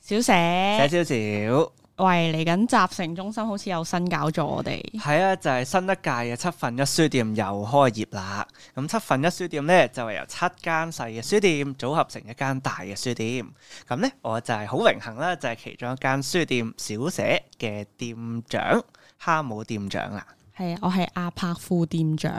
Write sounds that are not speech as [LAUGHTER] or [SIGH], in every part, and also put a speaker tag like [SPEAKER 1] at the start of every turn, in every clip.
[SPEAKER 1] 小寫
[SPEAKER 2] 寫少少。
[SPEAKER 1] 喂，嚟緊集成中心好似有新搞咗我哋，
[SPEAKER 2] 係啊，就係、新一屆嘅七分一書店又開業啦。咁七分一書店咧就係、由七間細嘅書店組合成一間大嘅書店。咁咧我就係好榮幸啦，就係、其中一間書店小寫嘅店長哈姆店長啦。
[SPEAKER 1] 係啊我係阿柏副店長，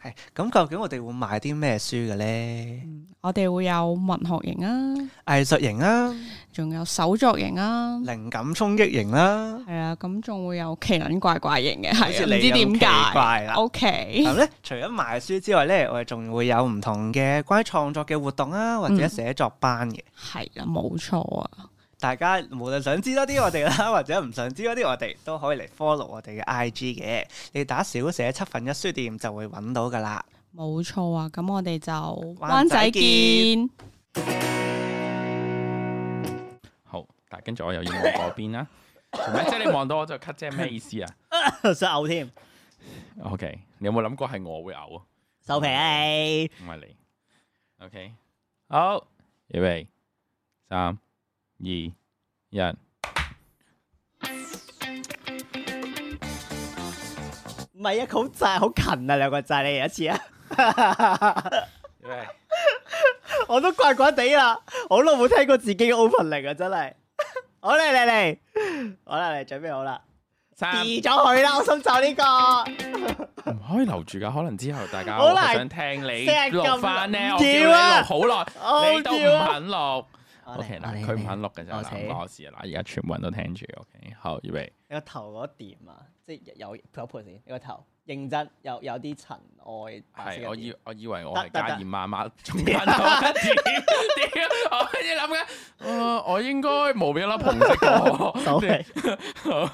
[SPEAKER 2] 係咁，究竟我哋會賣啲咩書嘅咧？
[SPEAKER 1] 我哋會有文學型啊，
[SPEAKER 2] 藝術型啦、
[SPEAKER 1] 仲有手作型啊，
[SPEAKER 2] 靈感衝擊型啦、
[SPEAKER 1] 係啊，咁仲會有奇撚怪怪型嘅，係
[SPEAKER 2] 似
[SPEAKER 1] 啊唔
[SPEAKER 2] 你
[SPEAKER 1] 知
[SPEAKER 2] 咁
[SPEAKER 1] 點
[SPEAKER 2] 奇怪
[SPEAKER 1] 解
[SPEAKER 2] 啦
[SPEAKER 1] ，O K，
[SPEAKER 2] 咁咧，除咗賣書之外咧，我哋仲會有唔同嘅關於創作嘅活動啊，或者
[SPEAKER 1] 嗯
[SPEAKER 2] 寫作班嘅。
[SPEAKER 1] 係啦，冇錯啊，
[SPEAKER 2] 大家無論想知多啲我哋啦， [LAUGHS] 或者唔想知多啲我哋，都可以嚟 follow 我哋嘅 IG 嘅。你打小寫七分一書店就會揾到噶啦。
[SPEAKER 3] [LAUGHS]
[SPEAKER 1] 冇錯啊，咁我哋就
[SPEAKER 2] 灣
[SPEAKER 1] 灣
[SPEAKER 2] 仔
[SPEAKER 1] 仔
[SPEAKER 2] 見
[SPEAKER 1] 見，
[SPEAKER 4] 好，但係跟住我又要望嗰邊啦。做咩？即係你望到我就咳，即係咩意思啊
[SPEAKER 3] 想嘔添，
[SPEAKER 4] ？OK，你有冇諗過係我會嘔啊？
[SPEAKER 3] 收皮啦你！
[SPEAKER 4] 唔係你。OK，好，預備，三、二、一。
[SPEAKER 3] 唔係啊，好窒，好勤啊，兩個掣你一次啊！我都怪怪地啦，好耐冇聽過自己嘅 opening 啊，真係。好嚟嚟嚟，好啦，你準備好啦，
[SPEAKER 4] 三，
[SPEAKER 3] 跌咗佢啦，我心就呢個，
[SPEAKER 4] 唔可以留住噶，可能之後大家
[SPEAKER 3] 好
[SPEAKER 4] 我
[SPEAKER 3] 難
[SPEAKER 4] 想聽你
[SPEAKER 3] 成日撳
[SPEAKER 4] 錄翻咧，
[SPEAKER 3] 唔
[SPEAKER 4] 我叫你
[SPEAKER 3] 要啊
[SPEAKER 4] 錄好耐，
[SPEAKER 3] 我
[SPEAKER 4] 你都
[SPEAKER 3] 唔
[SPEAKER 4] 唔
[SPEAKER 3] 要啊
[SPEAKER 4] 肯錄。
[SPEAKER 3] 我
[SPEAKER 4] O
[SPEAKER 3] 嚟
[SPEAKER 4] K
[SPEAKER 3] 我
[SPEAKER 4] 嗱，
[SPEAKER 3] 嚟
[SPEAKER 4] 佢唔
[SPEAKER 3] 嚟
[SPEAKER 4] 肯錄嘅就
[SPEAKER 3] 我
[SPEAKER 4] 嗱
[SPEAKER 3] 嚟
[SPEAKER 4] 唔關我事啊，嗱而家全部人都聽住，O K，好，預備，
[SPEAKER 3] 你個頭嗰點啊，即係有有盤先，你個頭認真有有啲塵埃白色嘅點。
[SPEAKER 4] 係我以我以為我
[SPEAKER 3] 得
[SPEAKER 4] 係
[SPEAKER 3] 得
[SPEAKER 4] 加
[SPEAKER 3] 得
[SPEAKER 4] 二媽媽中間嗰一點，屌，我喺度諗緊，呃我應該冇俾粒紅色過，
[SPEAKER 3] 手皮
[SPEAKER 4] 好，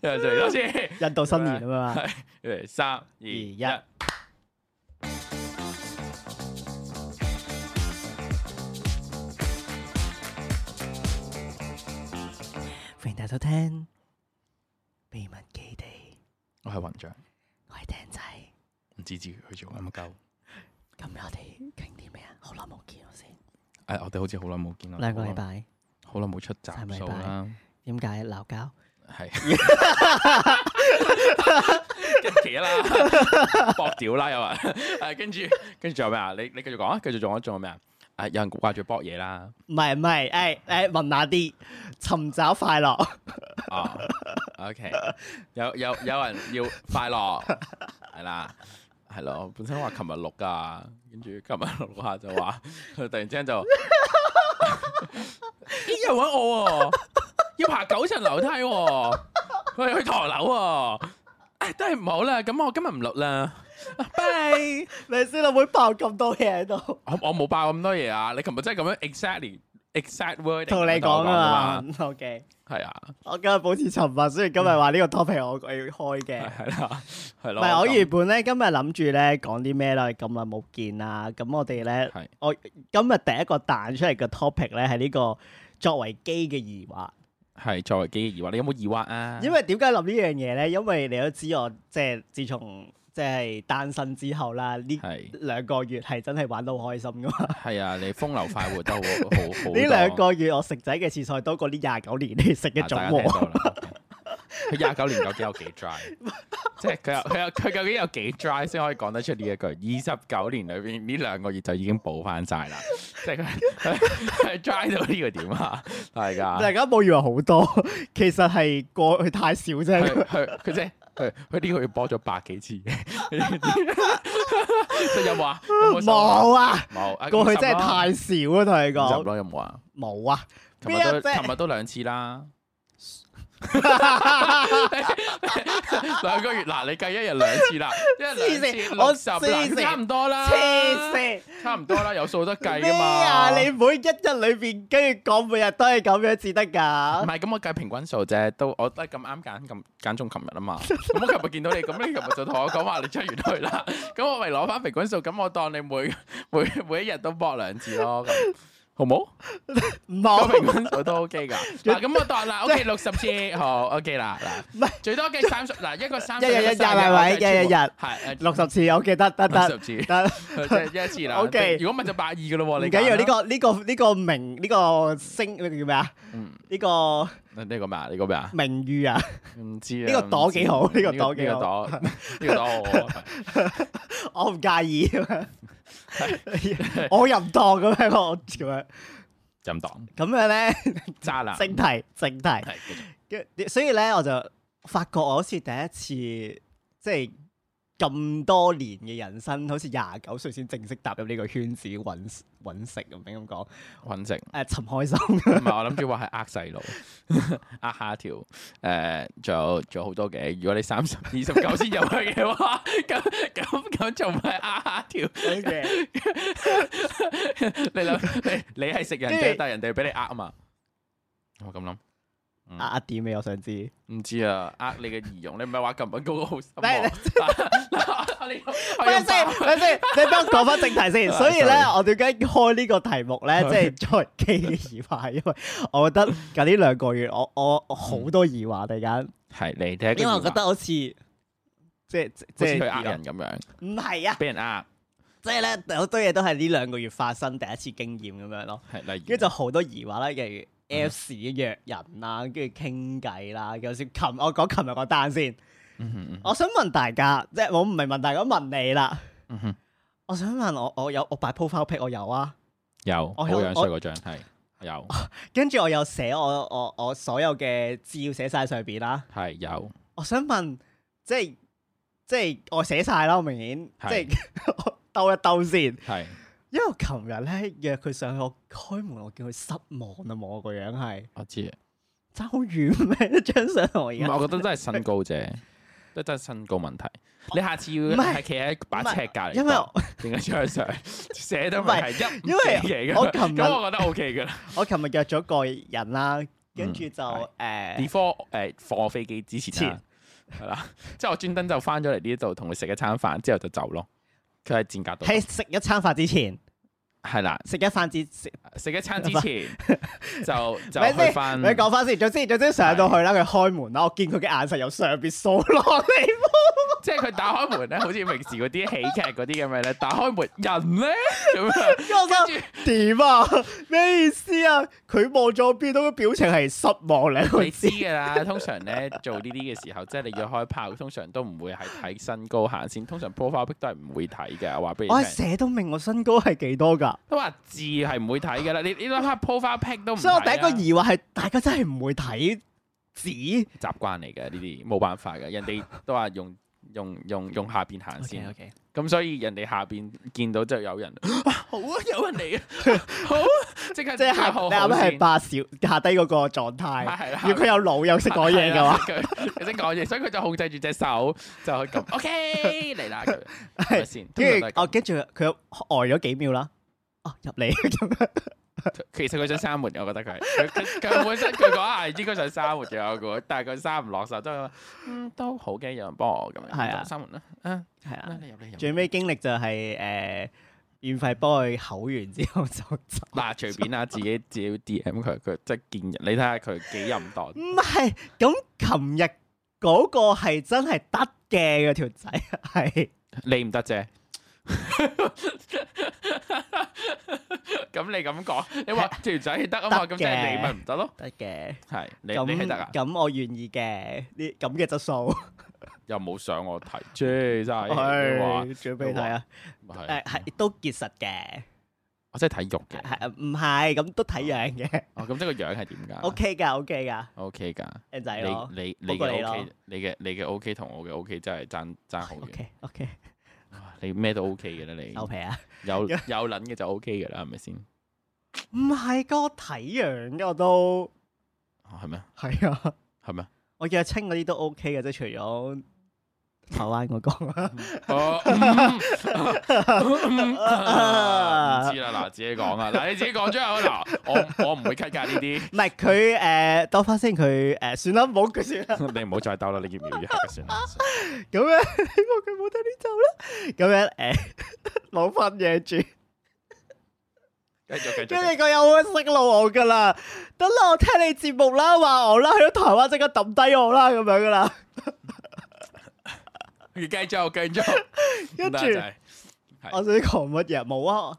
[SPEAKER 4] 又嚟多次，
[SPEAKER 3] 印度新年啊嘛，
[SPEAKER 4] [LAUGHS] 係，預備三二一，
[SPEAKER 3] 二歡迎大家收聽秘密基地，
[SPEAKER 4] 我係雲長，
[SPEAKER 3] 我係艇仔。
[SPEAKER 4] 唔知自己去做乜鳩，
[SPEAKER 3] 咁我哋傾啲咩啊？好耐冇見我先，
[SPEAKER 4] 誒，我哋好似好耐冇見啦，
[SPEAKER 3] 兩個
[SPEAKER 4] 好耐
[SPEAKER 3] 禮拜，
[SPEAKER 4] 好耐冇出集
[SPEAKER 3] 三個禮
[SPEAKER 4] 數
[SPEAKER 3] 拜
[SPEAKER 4] 啦，
[SPEAKER 3] 點解鬧交？
[SPEAKER 4] 係，跟住啦，搏屌啦又話，誒跟住跟住仲有咩啊？你你繼續講啊，繼續仲有仲有咩啊？誒有人掛住搏嘢啦，
[SPEAKER 3] 唔係唔係，誒誒問下啲尋找快樂，
[SPEAKER 4] 哦 Ờ,，OK，有有有人要快樂係啦。係咯，本身話琴日錄噶，跟住琴日錄下就話，佢突然之間就，咦又搵我喎、要爬九層樓梯喎、佢去唐樓喎、唉都係唔好啦，咁我今日唔錄啦，拜。
[SPEAKER 3] [LAUGHS] 你先老妹爆咁多嘢喺度，
[SPEAKER 4] 我我冇爆咁多嘢啊！你琴日真係咁樣 exactly exact word
[SPEAKER 3] 同你講啊
[SPEAKER 4] 啊
[SPEAKER 3] 嘛。OK，
[SPEAKER 4] 係啊，
[SPEAKER 3] 我今日保持沉默，雖然今日話呢個 topic 我我要開嘅。
[SPEAKER 4] 係啦，係
[SPEAKER 3] 唔
[SPEAKER 4] 咯。
[SPEAKER 3] 係，我
[SPEAKER 4] 咁
[SPEAKER 3] 原本咧今日諗住咧講啲咩啦，咁耐冇見啦，咁我哋咧
[SPEAKER 4] 係，
[SPEAKER 3] 我今日第一個彈出嚟嘅 topic 咧係呢個作為機嘅疑惑，
[SPEAKER 4] 係作為機嘅疑惑，你有冇疑惑啊？
[SPEAKER 3] 因為點解諗呢樣嘢咧？因為你都知我即係自從即係單身之後啦，呢
[SPEAKER 4] 係
[SPEAKER 3] 兩個月係真係玩到好開心噶嘛。
[SPEAKER 4] 係啊，你風流快活都好
[SPEAKER 3] [LAUGHS]
[SPEAKER 4] 好好。
[SPEAKER 3] 呢兩個月我食仔嘅次數多過呢廿九年你食嘅
[SPEAKER 4] 啊大
[SPEAKER 3] 總
[SPEAKER 4] 家聽
[SPEAKER 3] 和。
[SPEAKER 4] 到啦。佢廿九年究竟有幾 dry？即係 [LAUGHS] 佢有佢有佢究竟有幾 dry 先可以講得出呢一句？二十九年裏邊呢兩個月就已經補翻晒啦， [LAUGHS] 即係佢佢佢 dry 到呢個點啊？大
[SPEAKER 3] [LAUGHS]
[SPEAKER 4] 家
[SPEAKER 3] [LAUGHS] 大家冇以為好多， [LAUGHS] 其實係過去太少啫。
[SPEAKER 4] 佢佢佢即係佢佢呢個月播咗百幾次 [LAUGHS] 嘅，即係有冇啊？有冇收啊
[SPEAKER 3] 冇啊，
[SPEAKER 4] 冇啊
[SPEAKER 3] 過去真係
[SPEAKER 4] 50
[SPEAKER 3] 太少啊！同你
[SPEAKER 4] 咯50
[SPEAKER 3] 講，
[SPEAKER 4] 咯，有冇啊？
[SPEAKER 3] 冇啊，
[SPEAKER 4] 琴
[SPEAKER 3] 邊
[SPEAKER 4] 日都
[SPEAKER 3] 一隻
[SPEAKER 4] 琴日都兩
[SPEAKER 3] [LAUGHS]
[SPEAKER 4] 次啦。兩個月嗱，你計一日兩次
[SPEAKER 3] [LAUGHS]
[SPEAKER 4] 啦，一日兩次，
[SPEAKER 3] 黐線我
[SPEAKER 4] 六十
[SPEAKER 3] 黐
[SPEAKER 4] 啦，
[SPEAKER 3] 線
[SPEAKER 4] 差唔多啦，
[SPEAKER 3] 黐線
[SPEAKER 4] 差唔多啦，有數得計
[SPEAKER 3] 咩
[SPEAKER 4] 噶嘛。
[SPEAKER 3] 啊？你每一日裏邊跟住講每日都係咁樣至得
[SPEAKER 4] 唔
[SPEAKER 3] 㗎。
[SPEAKER 4] 係咁，我計平均數啫，都我都係咁啱揀咁揀中琴日
[SPEAKER 3] [LAUGHS]
[SPEAKER 4] 啊嘛。咁我琴日見到你，咁你琴日就同我講話你出完去啦。 [LAUGHS]
[SPEAKER 3] [LAUGHS]
[SPEAKER 4] 咁我咪攞翻平均數，咁我當你每每每一日都搏兩次咯。咁好冇？
[SPEAKER 3] 唔
[SPEAKER 4] 個
[SPEAKER 3] 好，
[SPEAKER 4] 平均數都 OK 噶。 [LAUGHS] 嗱，咁我當嗱，OK 六十次， [LAUGHS] 好 OK 啦。
[SPEAKER 3] 唔
[SPEAKER 4] 嗱，最多嘅三十， [LAUGHS] 嗱一個三十，
[SPEAKER 3] 一日
[SPEAKER 4] 個
[SPEAKER 3] 一日
[SPEAKER 4] 30我
[SPEAKER 3] 係咪
[SPEAKER 4] 真係
[SPEAKER 3] 一日一日
[SPEAKER 4] 係
[SPEAKER 3] 六十次我記得，得
[SPEAKER 4] 六
[SPEAKER 3] 得
[SPEAKER 4] 十次， [LAUGHS]
[SPEAKER 3] 得，
[SPEAKER 4] 即
[SPEAKER 3] [LAUGHS]
[SPEAKER 4] 係一次啦。
[SPEAKER 3] OK
[SPEAKER 4] 如果唔係就百二噶咯喎，
[SPEAKER 3] 唔
[SPEAKER 4] 你
[SPEAKER 3] 緊要
[SPEAKER 4] 揀啦
[SPEAKER 3] 呢。個呢個呢個名呢個星呢個叫咩啊？
[SPEAKER 4] 嗯
[SPEAKER 3] 呢個
[SPEAKER 4] 呢個咩啊？呢個咩啊？
[SPEAKER 3] 名譽啊，
[SPEAKER 4] 唔知啊。
[SPEAKER 3] 呢個朵幾好
[SPEAKER 4] 唔知
[SPEAKER 3] 呢個朵幾
[SPEAKER 4] 呢個
[SPEAKER 3] 好
[SPEAKER 4] 朵，呢個朵好
[SPEAKER 3] [LAUGHS]
[SPEAKER 4] 好啊。
[SPEAKER 3] 我唔介意咁樣，我又唔當咁樣，我咁樣
[SPEAKER 4] 任黨
[SPEAKER 3] 咁樣咧，
[SPEAKER 4] 渣
[SPEAKER 3] [LAUGHS]
[SPEAKER 4] 男。
[SPEAKER 3] 正題正題。
[SPEAKER 4] 係繼續
[SPEAKER 3] 跟所以咧，我就發覺我好似第一次，即係咁多年嘅人生，好似廿九歲先正式踏入呢個圈子揾揾食，唔應咁講，誒、
[SPEAKER 4] 揾食。
[SPEAKER 3] 尋開心。
[SPEAKER 4] 唔係，我諗住話係呃細路，呃下條誒，呃仲、有仲有好多嘅。如果你三十二十九先入去嘅話，咁咁咁仲唔係呃下條？你諗你你係食人
[SPEAKER 3] 跟
[SPEAKER 4] 啫
[SPEAKER 3] 住，
[SPEAKER 4] 但係人哋俾你呃啊嘛。我咁諗，
[SPEAKER 3] [LAUGHS] 啊啊點咩？我想知。
[SPEAKER 4] 唔知啊，呃你嘅儀容，你唔係話撳緊嗰個好心
[SPEAKER 3] 唔係
[SPEAKER 4] 喎
[SPEAKER 3] 你
[SPEAKER 4] 嗱我哋我
[SPEAKER 3] 等
[SPEAKER 4] 哋
[SPEAKER 3] 陣先，等陣先，你俾我講翻正題先。所以咧
[SPEAKER 4] 哎 Sorry，
[SPEAKER 3] 我點解開呢個題目咧，即係作為機嘅疑惑，因為我覺得近呢兩個月，我我我好多疑惑啊突然間，
[SPEAKER 4] 係你睇，
[SPEAKER 3] 因為我覺得好似即係
[SPEAKER 4] 好
[SPEAKER 3] 即
[SPEAKER 4] 似去
[SPEAKER 3] 係
[SPEAKER 4] 呃人咁樣，
[SPEAKER 3] 唔係啊。
[SPEAKER 4] 俾人呃
[SPEAKER 3] 即係咧好多嘢都係呢兩個月發生第一次經驗咁樣咯，
[SPEAKER 4] 係例如
[SPEAKER 3] 跟住就好多疑惑啦，例如 Apps 約人啦，跟住傾偈啦，有少琴我講琴日個單先，
[SPEAKER 4] 嗯哼嗯哼
[SPEAKER 3] 我想問大家，即係我唔係問大家，我問你啦，
[SPEAKER 4] 嗯哼
[SPEAKER 3] 我想問我我有我擺 profile pic 我有啊，
[SPEAKER 4] 有好
[SPEAKER 3] 我
[SPEAKER 4] 樣衰嗰張係有
[SPEAKER 3] 跟住我有寫我我我所有嘅資料寫晒上邊啦，
[SPEAKER 4] 係有
[SPEAKER 3] 我想問即係即係我寫晒啦，我明顯
[SPEAKER 4] 係
[SPEAKER 3] 即係 [LAUGHS] 我兜一兜先。
[SPEAKER 4] 係。
[SPEAKER 3] 因為我琴日咧約佢上去，我開門我見佢失望啊，望我個樣係
[SPEAKER 4] 我知啊，
[SPEAKER 3] 爭好遠咩？一張相我而
[SPEAKER 4] 唔係
[SPEAKER 3] 家
[SPEAKER 4] 我覺得真係身高
[SPEAKER 3] [LAUGHS]
[SPEAKER 4] 啫，都真係身高問題。你下次要
[SPEAKER 3] 哦唔係
[SPEAKER 4] 係企喺把尺隔離度，啊
[SPEAKER 3] 因為我
[SPEAKER 4] 影一張
[SPEAKER 3] [LAUGHS]
[SPEAKER 4] 相，寫得明係一
[SPEAKER 3] 因為
[SPEAKER 4] 為
[SPEAKER 3] 我琴日
[SPEAKER 4] 咁我覺得 OK 噶啦。
[SPEAKER 3] 我琴日約咗個人啦，
[SPEAKER 4] 嗯
[SPEAKER 3] 跟住就呃
[SPEAKER 4] 係
[SPEAKER 3] 誒
[SPEAKER 4] before 誒放我飛機之前啦，係啦，即係我專登就翻咗嚟呢度同佢食一餐飯，之後就走咯。佢喺戰格度，
[SPEAKER 3] 喺食一餐飯之前，
[SPEAKER 4] 係啦，
[SPEAKER 3] 食一飯之食，
[SPEAKER 4] 食一餐之前
[SPEAKER 3] [LAUGHS]
[SPEAKER 4] 就就
[SPEAKER 3] 咪
[SPEAKER 4] 去
[SPEAKER 3] 先？
[SPEAKER 4] 翻。
[SPEAKER 3] 你講翻先，總之總之上到去啦，佢開門啦，我見佢嘅眼神由上邊掃落嚟，
[SPEAKER 4] 即係佢打開門咧，好似平時嗰啲喜劇嗰啲咁樣咧，打開門人咧咁樣，
[SPEAKER 3] 跟住我
[SPEAKER 4] 跟
[SPEAKER 3] 心
[SPEAKER 4] 住
[SPEAKER 3] 點啊？咩意思啊？佢望咗邊都個表情係失望咧，
[SPEAKER 4] 你
[SPEAKER 3] 佢
[SPEAKER 4] 知㗎啦，通常咧做呢啲嘅時候，即係你要開炮，通常都唔會係睇身高行先，通常 profile pic 都係唔會睇嘅。我話俾你
[SPEAKER 3] 我係
[SPEAKER 4] 聽，
[SPEAKER 3] 寫到明我身高係幾多㗎？
[SPEAKER 4] 都話字係唔會睇㗎啦。你你諗下 profile pic 都唔睇啦，啊
[SPEAKER 3] 所以我第一個疑惑係大家真係唔會睇紙。
[SPEAKER 4] 習慣嚟嘅呢啲，冇辦法嘅。人哋都話用用用用下邊行先，咁
[SPEAKER 3] OK，
[SPEAKER 4] 所以人哋下邊見到就有人，哇好啊，有人嚟啊，好啊，即刻
[SPEAKER 3] [LAUGHS] 即係
[SPEAKER 4] [LAUGHS]
[SPEAKER 3] 下
[SPEAKER 4] 好
[SPEAKER 3] 你啱啱係
[SPEAKER 4] 先
[SPEAKER 3] 八小下低嗰個狀
[SPEAKER 4] [LAUGHS]
[SPEAKER 3] 態。
[SPEAKER 4] 係啦
[SPEAKER 3] 如果佢有腦又識講嘢嘅話，
[SPEAKER 4] [LAUGHS] 係啦，啊佢佢識講嘢，所以佢就控制住隻手就去撳 OK 嚟啦，佢係咪先？
[SPEAKER 3] [LAUGHS] 跟
[SPEAKER 4] 通常
[SPEAKER 3] 住
[SPEAKER 4] 都係咁
[SPEAKER 3] 哦，跟住佢又呆咗幾秒啦。哦，入嚟
[SPEAKER 4] [LAUGHS]
[SPEAKER 3] 咁樣，
[SPEAKER 4] 其實佢想閂門，我覺得佢佢佢佢本身佢嗰下係應該想閂門嘅，我估，但係佢閂唔落手，都係話嗯都好嘅，有人幫我咁樣，
[SPEAKER 3] 係啊
[SPEAKER 4] 就閂門啦，嗯，
[SPEAKER 3] 係
[SPEAKER 4] 啦
[SPEAKER 3] 啦。
[SPEAKER 4] 你入嚟入嚟。
[SPEAKER 3] [LAUGHS] 最尾經歷就係呃誒免費幫佢口完之後就走。
[SPEAKER 4] 嗱，隨便
[SPEAKER 3] [LAUGHS]
[SPEAKER 4] 啦，自己自己 D M 佢，佢即係見人，你睇下佢幾淫蕩。 [LAUGHS]
[SPEAKER 3] 唔係，咁琴日嗰個係真係得嘅嗰條仔係。
[SPEAKER 4] 你唔得啫。咁你咁講，你話條仔得啊嘛，
[SPEAKER 3] 得
[SPEAKER 4] 咁即係你
[SPEAKER 3] 嘅
[SPEAKER 4] 咪唔得咯？
[SPEAKER 3] 得嘅，
[SPEAKER 4] 係你你係得
[SPEAKER 3] 咁
[SPEAKER 4] 啊？
[SPEAKER 3] 咁我願意嘅，呢咁嘅質素，
[SPEAKER 4] 又冇上我睇，啫真係你話
[SPEAKER 3] 係最俾你睇啊！
[SPEAKER 4] 係
[SPEAKER 3] 誒係都結實嘅，
[SPEAKER 4] 我真係睇肉嘅。
[SPEAKER 3] 係唔係咁都睇樣嘅
[SPEAKER 4] 哦，咁即係個樣係點㗎
[SPEAKER 3] ，OK 㗎 OK 㗎，
[SPEAKER 4] OK 㗎，
[SPEAKER 3] 靚仔咯
[SPEAKER 4] 你你
[SPEAKER 3] 好
[SPEAKER 4] 你
[SPEAKER 3] 過你
[SPEAKER 4] 嘅
[SPEAKER 3] 咯
[SPEAKER 4] OK，你嘅你嘅 OK 同我嘅 OK 真係爭爭好遠。
[SPEAKER 3] ，OK OK
[SPEAKER 4] 哇你咩都 OK 嘅啦，你
[SPEAKER 3] 牛皮啊，
[SPEAKER 4] 有有撚嘅就 OK 嘅啦，係咪先？
[SPEAKER 3] 唔係個睇樣嘅我都
[SPEAKER 4] 哦係咩？
[SPEAKER 3] 係啊，
[SPEAKER 4] 係咩？
[SPEAKER 3] 我約清嗰啲都 OK 嘅，即係除咗台灣嗰 [LAUGHS] 個，
[SPEAKER 4] 哦，嗯嗯啊唔知啦，嗱自己講啦，嗱你自己講咗後嗱，我我唔會 cut 㗎呢啲，
[SPEAKER 3] 唔係佢誒兜翻先，佢誒算啦，冇佢算啦，
[SPEAKER 4] 你唔好再兜啦，你要唔要一刻算啦？
[SPEAKER 3] 咁樣希望佢冇聽呢集啦，咁樣誒攞翻嘢住，
[SPEAKER 4] 繼續繼續繼
[SPEAKER 3] 跟
[SPEAKER 4] 續。
[SPEAKER 3] 住佢又會識路我噶啦，等啦，我聽你節目啦，話我啦，去咗台灣即刻抌低我啦，咁樣噶啦。
[SPEAKER 4] 你繼續繼續，
[SPEAKER 3] 跟住
[SPEAKER 4] 咁就係係
[SPEAKER 3] 我想講乜嘢？冇啊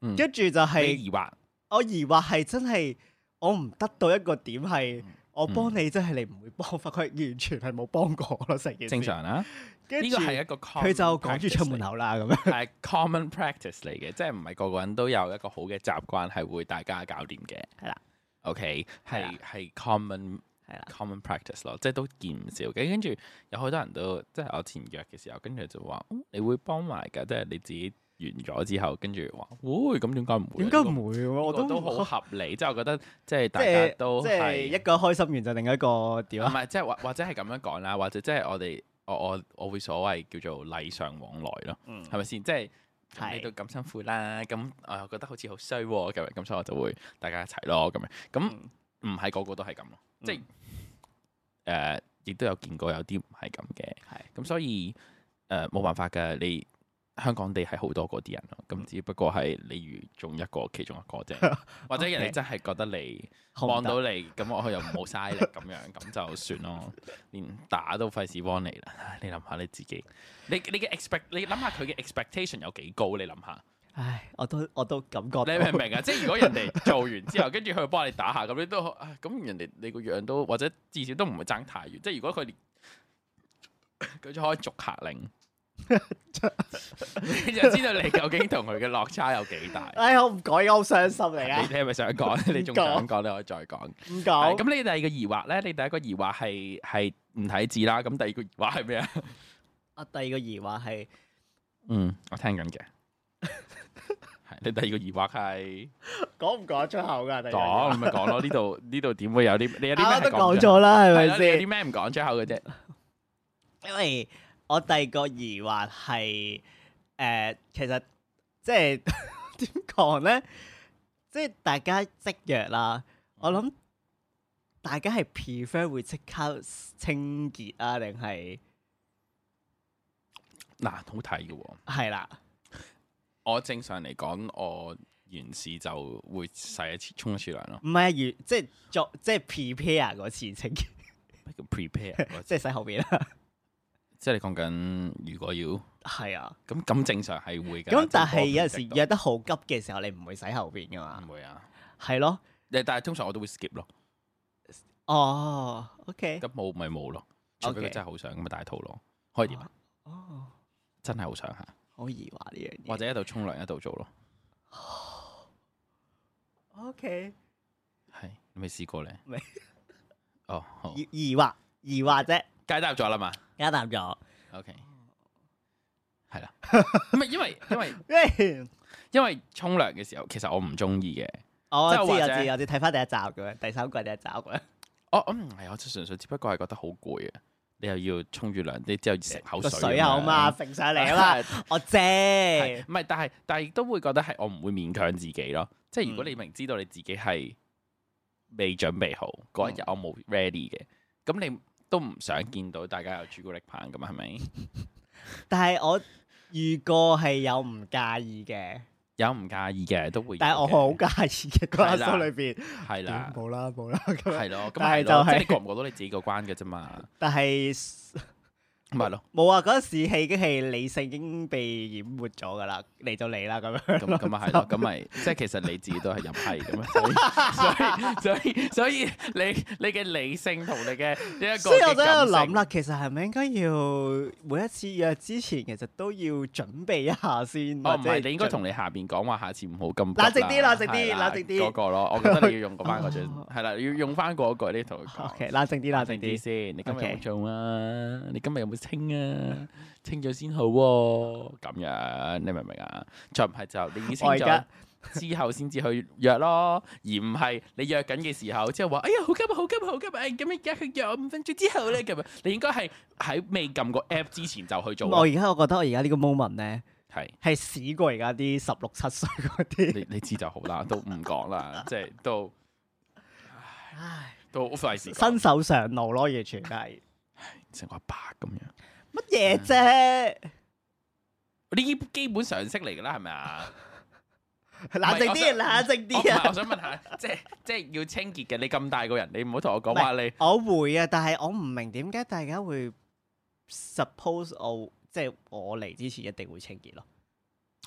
[SPEAKER 4] 嗯。
[SPEAKER 3] 跟住
[SPEAKER 4] 你
[SPEAKER 3] 就係
[SPEAKER 4] 疑惑，
[SPEAKER 3] 我疑惑係真係我唔得到一個點係我幫你，即係你唔會幫法，佢完全係冇幫過我咯，成件事
[SPEAKER 4] 正。常啦。
[SPEAKER 3] 跟
[SPEAKER 4] 呢
[SPEAKER 3] 住
[SPEAKER 4] 個係一個 common
[SPEAKER 3] 佢就趕住出門
[SPEAKER 4] practice
[SPEAKER 3] 口啦，咁樣。
[SPEAKER 4] 嚟，係 common practice 嚟嘅，即係唔係個個人都有一個好嘅習慣係會大家搞掂嘅。
[SPEAKER 3] 係啦
[SPEAKER 4] ，OK，
[SPEAKER 3] 係啦
[SPEAKER 4] 係係 common
[SPEAKER 3] 係啦
[SPEAKER 4] common practice 咯，即係都見唔少嘅。跟住有好多人都即係我前約嘅時候，跟住就話、嗯你會幫埋㗎，即係你自己完咗之後，跟住話會咁點解唔會啊？
[SPEAKER 3] 點解
[SPEAKER 4] 呢個
[SPEAKER 3] 唔會喎？我
[SPEAKER 4] 呢個
[SPEAKER 3] 都
[SPEAKER 4] 都好合理，即係我覺得即係
[SPEAKER 3] 即
[SPEAKER 4] 大家
[SPEAKER 3] 係
[SPEAKER 4] 都
[SPEAKER 3] 即係一個開心完就另一個點
[SPEAKER 4] 唔
[SPEAKER 3] 啊？
[SPEAKER 4] 係即係或或者係咁樣講啦，或者即係我哋我我我會所謂叫做禮尚往來咯，係咪先？即係
[SPEAKER 3] 嗯係
[SPEAKER 4] 你都咁辛苦啦，咁啊我又覺得好似好衰喎咁樣，咁所以我就會大家一齊咯咁樣，咁
[SPEAKER 3] 嗯
[SPEAKER 4] 唔係個個都係咁咯，即係誒、呃亦都有見過有啲唔係咁嘅，咁所以誒冇、辦法㗎，你香港地係好多嗰啲人咯，
[SPEAKER 3] 嗯
[SPEAKER 4] 咁只不過係你遇中一個其中一個
[SPEAKER 3] [LAUGHS]
[SPEAKER 4] 啫，或者人哋真係覺得你。
[SPEAKER 3] 好
[SPEAKER 4] 幫
[SPEAKER 3] 唔得
[SPEAKER 4] 到你，咁我又唔好嘥力咁樣，咁就算咯。連打都費事幫你啦。唉你諗下你自己，你你嘅 expect，你諗下佢嘅 expectation 有幾高？你諗下，
[SPEAKER 3] 唉，我都我都感覺到
[SPEAKER 4] 你明唔明啊？即係如果人哋做完之後，跟住佢幫你打下，咁你都唉咁人哋你個樣都或者至少都唔會爭太遠。即係如果佢連佢就可以逐客令，你就知道你究竟同佢嘅落差有幾大。
[SPEAKER 3] 唉， [LAUGHS] 我唔講，我好傷心嚟
[SPEAKER 4] 你
[SPEAKER 3] 啊！
[SPEAKER 4] 你係咪想講？你仲
[SPEAKER 3] 唔講
[SPEAKER 4] 想講？你可以再講。
[SPEAKER 3] 唔
[SPEAKER 4] 係
[SPEAKER 3] 講，
[SPEAKER 4] 咁你第二個疑惑咧，你第一個疑惑係係唔睇字啦，咁第二個疑惑係咩啊？
[SPEAKER 3] 我第二個疑惑係
[SPEAKER 4] 嗯，我聽緊 [LAUGHS] 嘅。係你第二個疑惑係
[SPEAKER 3] 講唔講得出口㗎？第二
[SPEAKER 4] 講咁咪講咯，呢度呢度點會有啲你有
[SPEAKER 3] 個
[SPEAKER 4] 啲
[SPEAKER 3] 疑惑啊
[SPEAKER 4] 咩
[SPEAKER 3] 我
[SPEAKER 4] 係啊
[SPEAKER 3] 都
[SPEAKER 4] 講
[SPEAKER 3] 講
[SPEAKER 4] 唔出口？
[SPEAKER 3] 咗啦，係
[SPEAKER 4] 係
[SPEAKER 3] 咪
[SPEAKER 4] 咯，你有
[SPEAKER 3] 先
[SPEAKER 4] 啲？咩唔講出口嘅啫？
[SPEAKER 3] 因為我第二個疑惑係誒，其實即係 [LAUGHS] 點講咧？即係大家積弱啦，
[SPEAKER 4] 嗯
[SPEAKER 3] 我諗大家係 prefer 會即刻清潔啊，定係
[SPEAKER 4] 嗱，好睇嘅喎。
[SPEAKER 3] 係啦，
[SPEAKER 4] 我正常嚟講，我完事就會洗一次沖一次涼咯
[SPEAKER 3] 唔係啊，如即係作即係 prepare 嗰次清潔， [LAUGHS]
[SPEAKER 4] 叫，prepare [LAUGHS]
[SPEAKER 3] 即係洗後邊啦，
[SPEAKER 4] 即係你講緊如果要
[SPEAKER 3] 係啊。
[SPEAKER 4] 咁咁正常係會㗎啦。
[SPEAKER 3] 咁但
[SPEAKER 4] 即係嗰個
[SPEAKER 3] 係有陣時
[SPEAKER 4] project 度
[SPEAKER 3] 約得好急嘅時候，你唔會洗後邊噶嘛？
[SPEAKER 4] 唔會啊，
[SPEAKER 3] 係咯，
[SPEAKER 4] 但係通常我都會 skip 咯。
[SPEAKER 3] 哦，OK，
[SPEAKER 4] 咁冇咪冇咯，除非佢
[SPEAKER 3] OK
[SPEAKER 4] 真係好想咁咪大肚咯，可以點啊？
[SPEAKER 3] 哦，
[SPEAKER 4] 真係好想下，
[SPEAKER 3] 好疑惑呢樣嘢。
[SPEAKER 4] 或者一度沖涼一度做咯，
[SPEAKER 3] OK，
[SPEAKER 4] 係你未試過咧？
[SPEAKER 3] [LAUGHS] 未。
[SPEAKER 4] 哦，好，
[SPEAKER 3] 疑疑惑疑惑啫，
[SPEAKER 4] 解答咗啦嘛
[SPEAKER 3] 解答咗。
[SPEAKER 4] ，OK，係啦，唔係因為因為
[SPEAKER 3] 因為
[SPEAKER 4] 因為沖涼嘅時候，其實我唔中意嘅，
[SPEAKER 3] 我
[SPEAKER 4] 即
[SPEAKER 3] 知
[SPEAKER 4] 係
[SPEAKER 3] 我
[SPEAKER 4] 或者
[SPEAKER 3] 知我知，睇翻第一集咁樣，第三季第一集咁樣。
[SPEAKER 4] 我我唔係我純粹只不過係覺得好攰啊，你又要沖住涼，你之後要食口
[SPEAKER 3] 個
[SPEAKER 4] 水
[SPEAKER 3] 水
[SPEAKER 4] 咁
[SPEAKER 3] 口
[SPEAKER 4] 樣嗯
[SPEAKER 3] 嘛，，揈
[SPEAKER 4] [LAUGHS]
[SPEAKER 3] 上嚟啊嘛，我知。
[SPEAKER 4] 係唔係？但係但係亦都會覺得係我唔會勉強自己咯。即係如果
[SPEAKER 3] 嗯
[SPEAKER 4] 你明知道你自己係未準備好嗰一日，我冇 ready 嘅，咁你都唔想見到大家有朱古力棒咁嘛？係
[SPEAKER 3] [LAUGHS]
[SPEAKER 4] 咪？
[SPEAKER 3] 但係我遇過係有唔介意嘅，
[SPEAKER 4] 有唔介意嘅都會有嘅，
[SPEAKER 3] 但係我好介意嘅嗰
[SPEAKER 4] 係
[SPEAKER 3] 一
[SPEAKER 4] 啦
[SPEAKER 3] 心裏邊，
[SPEAKER 4] 係啦
[SPEAKER 3] 點，冇啦冇啦咁樣。
[SPEAKER 4] 係咯，咁
[SPEAKER 3] 但
[SPEAKER 4] 係
[SPEAKER 3] 係
[SPEAKER 4] 咯，
[SPEAKER 3] 就
[SPEAKER 4] 即係你
[SPEAKER 3] 係
[SPEAKER 4] 過唔過到你自己個關嘅啫嘛，
[SPEAKER 3] [LAUGHS] 但係。
[SPEAKER 4] 咁咪係咯，
[SPEAKER 3] 冇啊！嗰陣時戲已經係理性已經被淹沒咗噶啦，嚟就嚟啦咁樣。
[SPEAKER 4] 咁咁咪啊係咯，咁咪即係其實你自己都係入係
[SPEAKER 3] [LAUGHS]
[SPEAKER 4] 咁啊，所以所以所以所以你你嘅理性同你嘅呢一個，
[SPEAKER 3] 所以我就喺度諗啦，，其實係咪應該要每一次約之前，其實都要準備一下先？
[SPEAKER 4] 哦，
[SPEAKER 3] 或
[SPEAKER 4] 唔
[SPEAKER 3] 者
[SPEAKER 4] 係，你應該同你下邊講話，下次唔好咁急
[SPEAKER 3] 冷靜啲
[SPEAKER 4] 啦
[SPEAKER 3] 冷靜啲
[SPEAKER 4] 係啦
[SPEAKER 3] 冷靜啲
[SPEAKER 4] 嗰個咯，我覺得你要用嗰翻個最
[SPEAKER 3] [LAUGHS] 哦
[SPEAKER 4] 係啦，要用翻嗰句你同佢
[SPEAKER 3] [LAUGHS] OK
[SPEAKER 4] 講。
[SPEAKER 3] 冷靜啲，冷
[SPEAKER 4] 冷
[SPEAKER 3] 靜
[SPEAKER 4] 靜啲
[SPEAKER 3] 啲。
[SPEAKER 4] 先，你今日有冇
[SPEAKER 3] OK
[SPEAKER 4] 做啊？你今日有冇清啊？清咗先好喎，咁樣你明唔明啊？再唔係就你已經清
[SPEAKER 3] 我而
[SPEAKER 4] 咗
[SPEAKER 3] 家
[SPEAKER 4] 之後先至去約咯，而唔係你約緊嘅時候之後話，哎呀好急啊好急啊好急啊！哎咁而家佢約我五分鐘之後咧咁樣，你應該係喺未撳個 app 之前就去做
[SPEAKER 3] 咁我
[SPEAKER 4] 咯，
[SPEAKER 3] 而家我覺得我而家呢個 moment 咧，
[SPEAKER 4] 係。
[SPEAKER 3] 係屎過而家啲十六七歲嗰啲。
[SPEAKER 4] 你你知就好啦，都唔講
[SPEAKER 3] [LAUGHS]
[SPEAKER 4] 啦，即係都
[SPEAKER 3] 唉，
[SPEAKER 4] 都費事講，
[SPEAKER 3] 新手上路咯，完全係
[SPEAKER 4] 成個阿伯咁樣。呢
[SPEAKER 3] 乜嘢啫？
[SPEAKER 4] 嗯啲基本常識嚟㗎啦，係咪啊？
[SPEAKER 3] 冷靜啲，
[SPEAKER 4] 唔係我想我
[SPEAKER 3] 冷靜
[SPEAKER 4] 唔
[SPEAKER 3] 啲
[SPEAKER 4] 係
[SPEAKER 3] 啊
[SPEAKER 4] 我！想問下，即係即係要清潔嘅，你咁大個人，你唔好同我講話
[SPEAKER 3] 唔係
[SPEAKER 4] 你
[SPEAKER 3] 我會啊，但係我唔明點解大家會 suppose 我即係我嚟之前一定會清潔咯，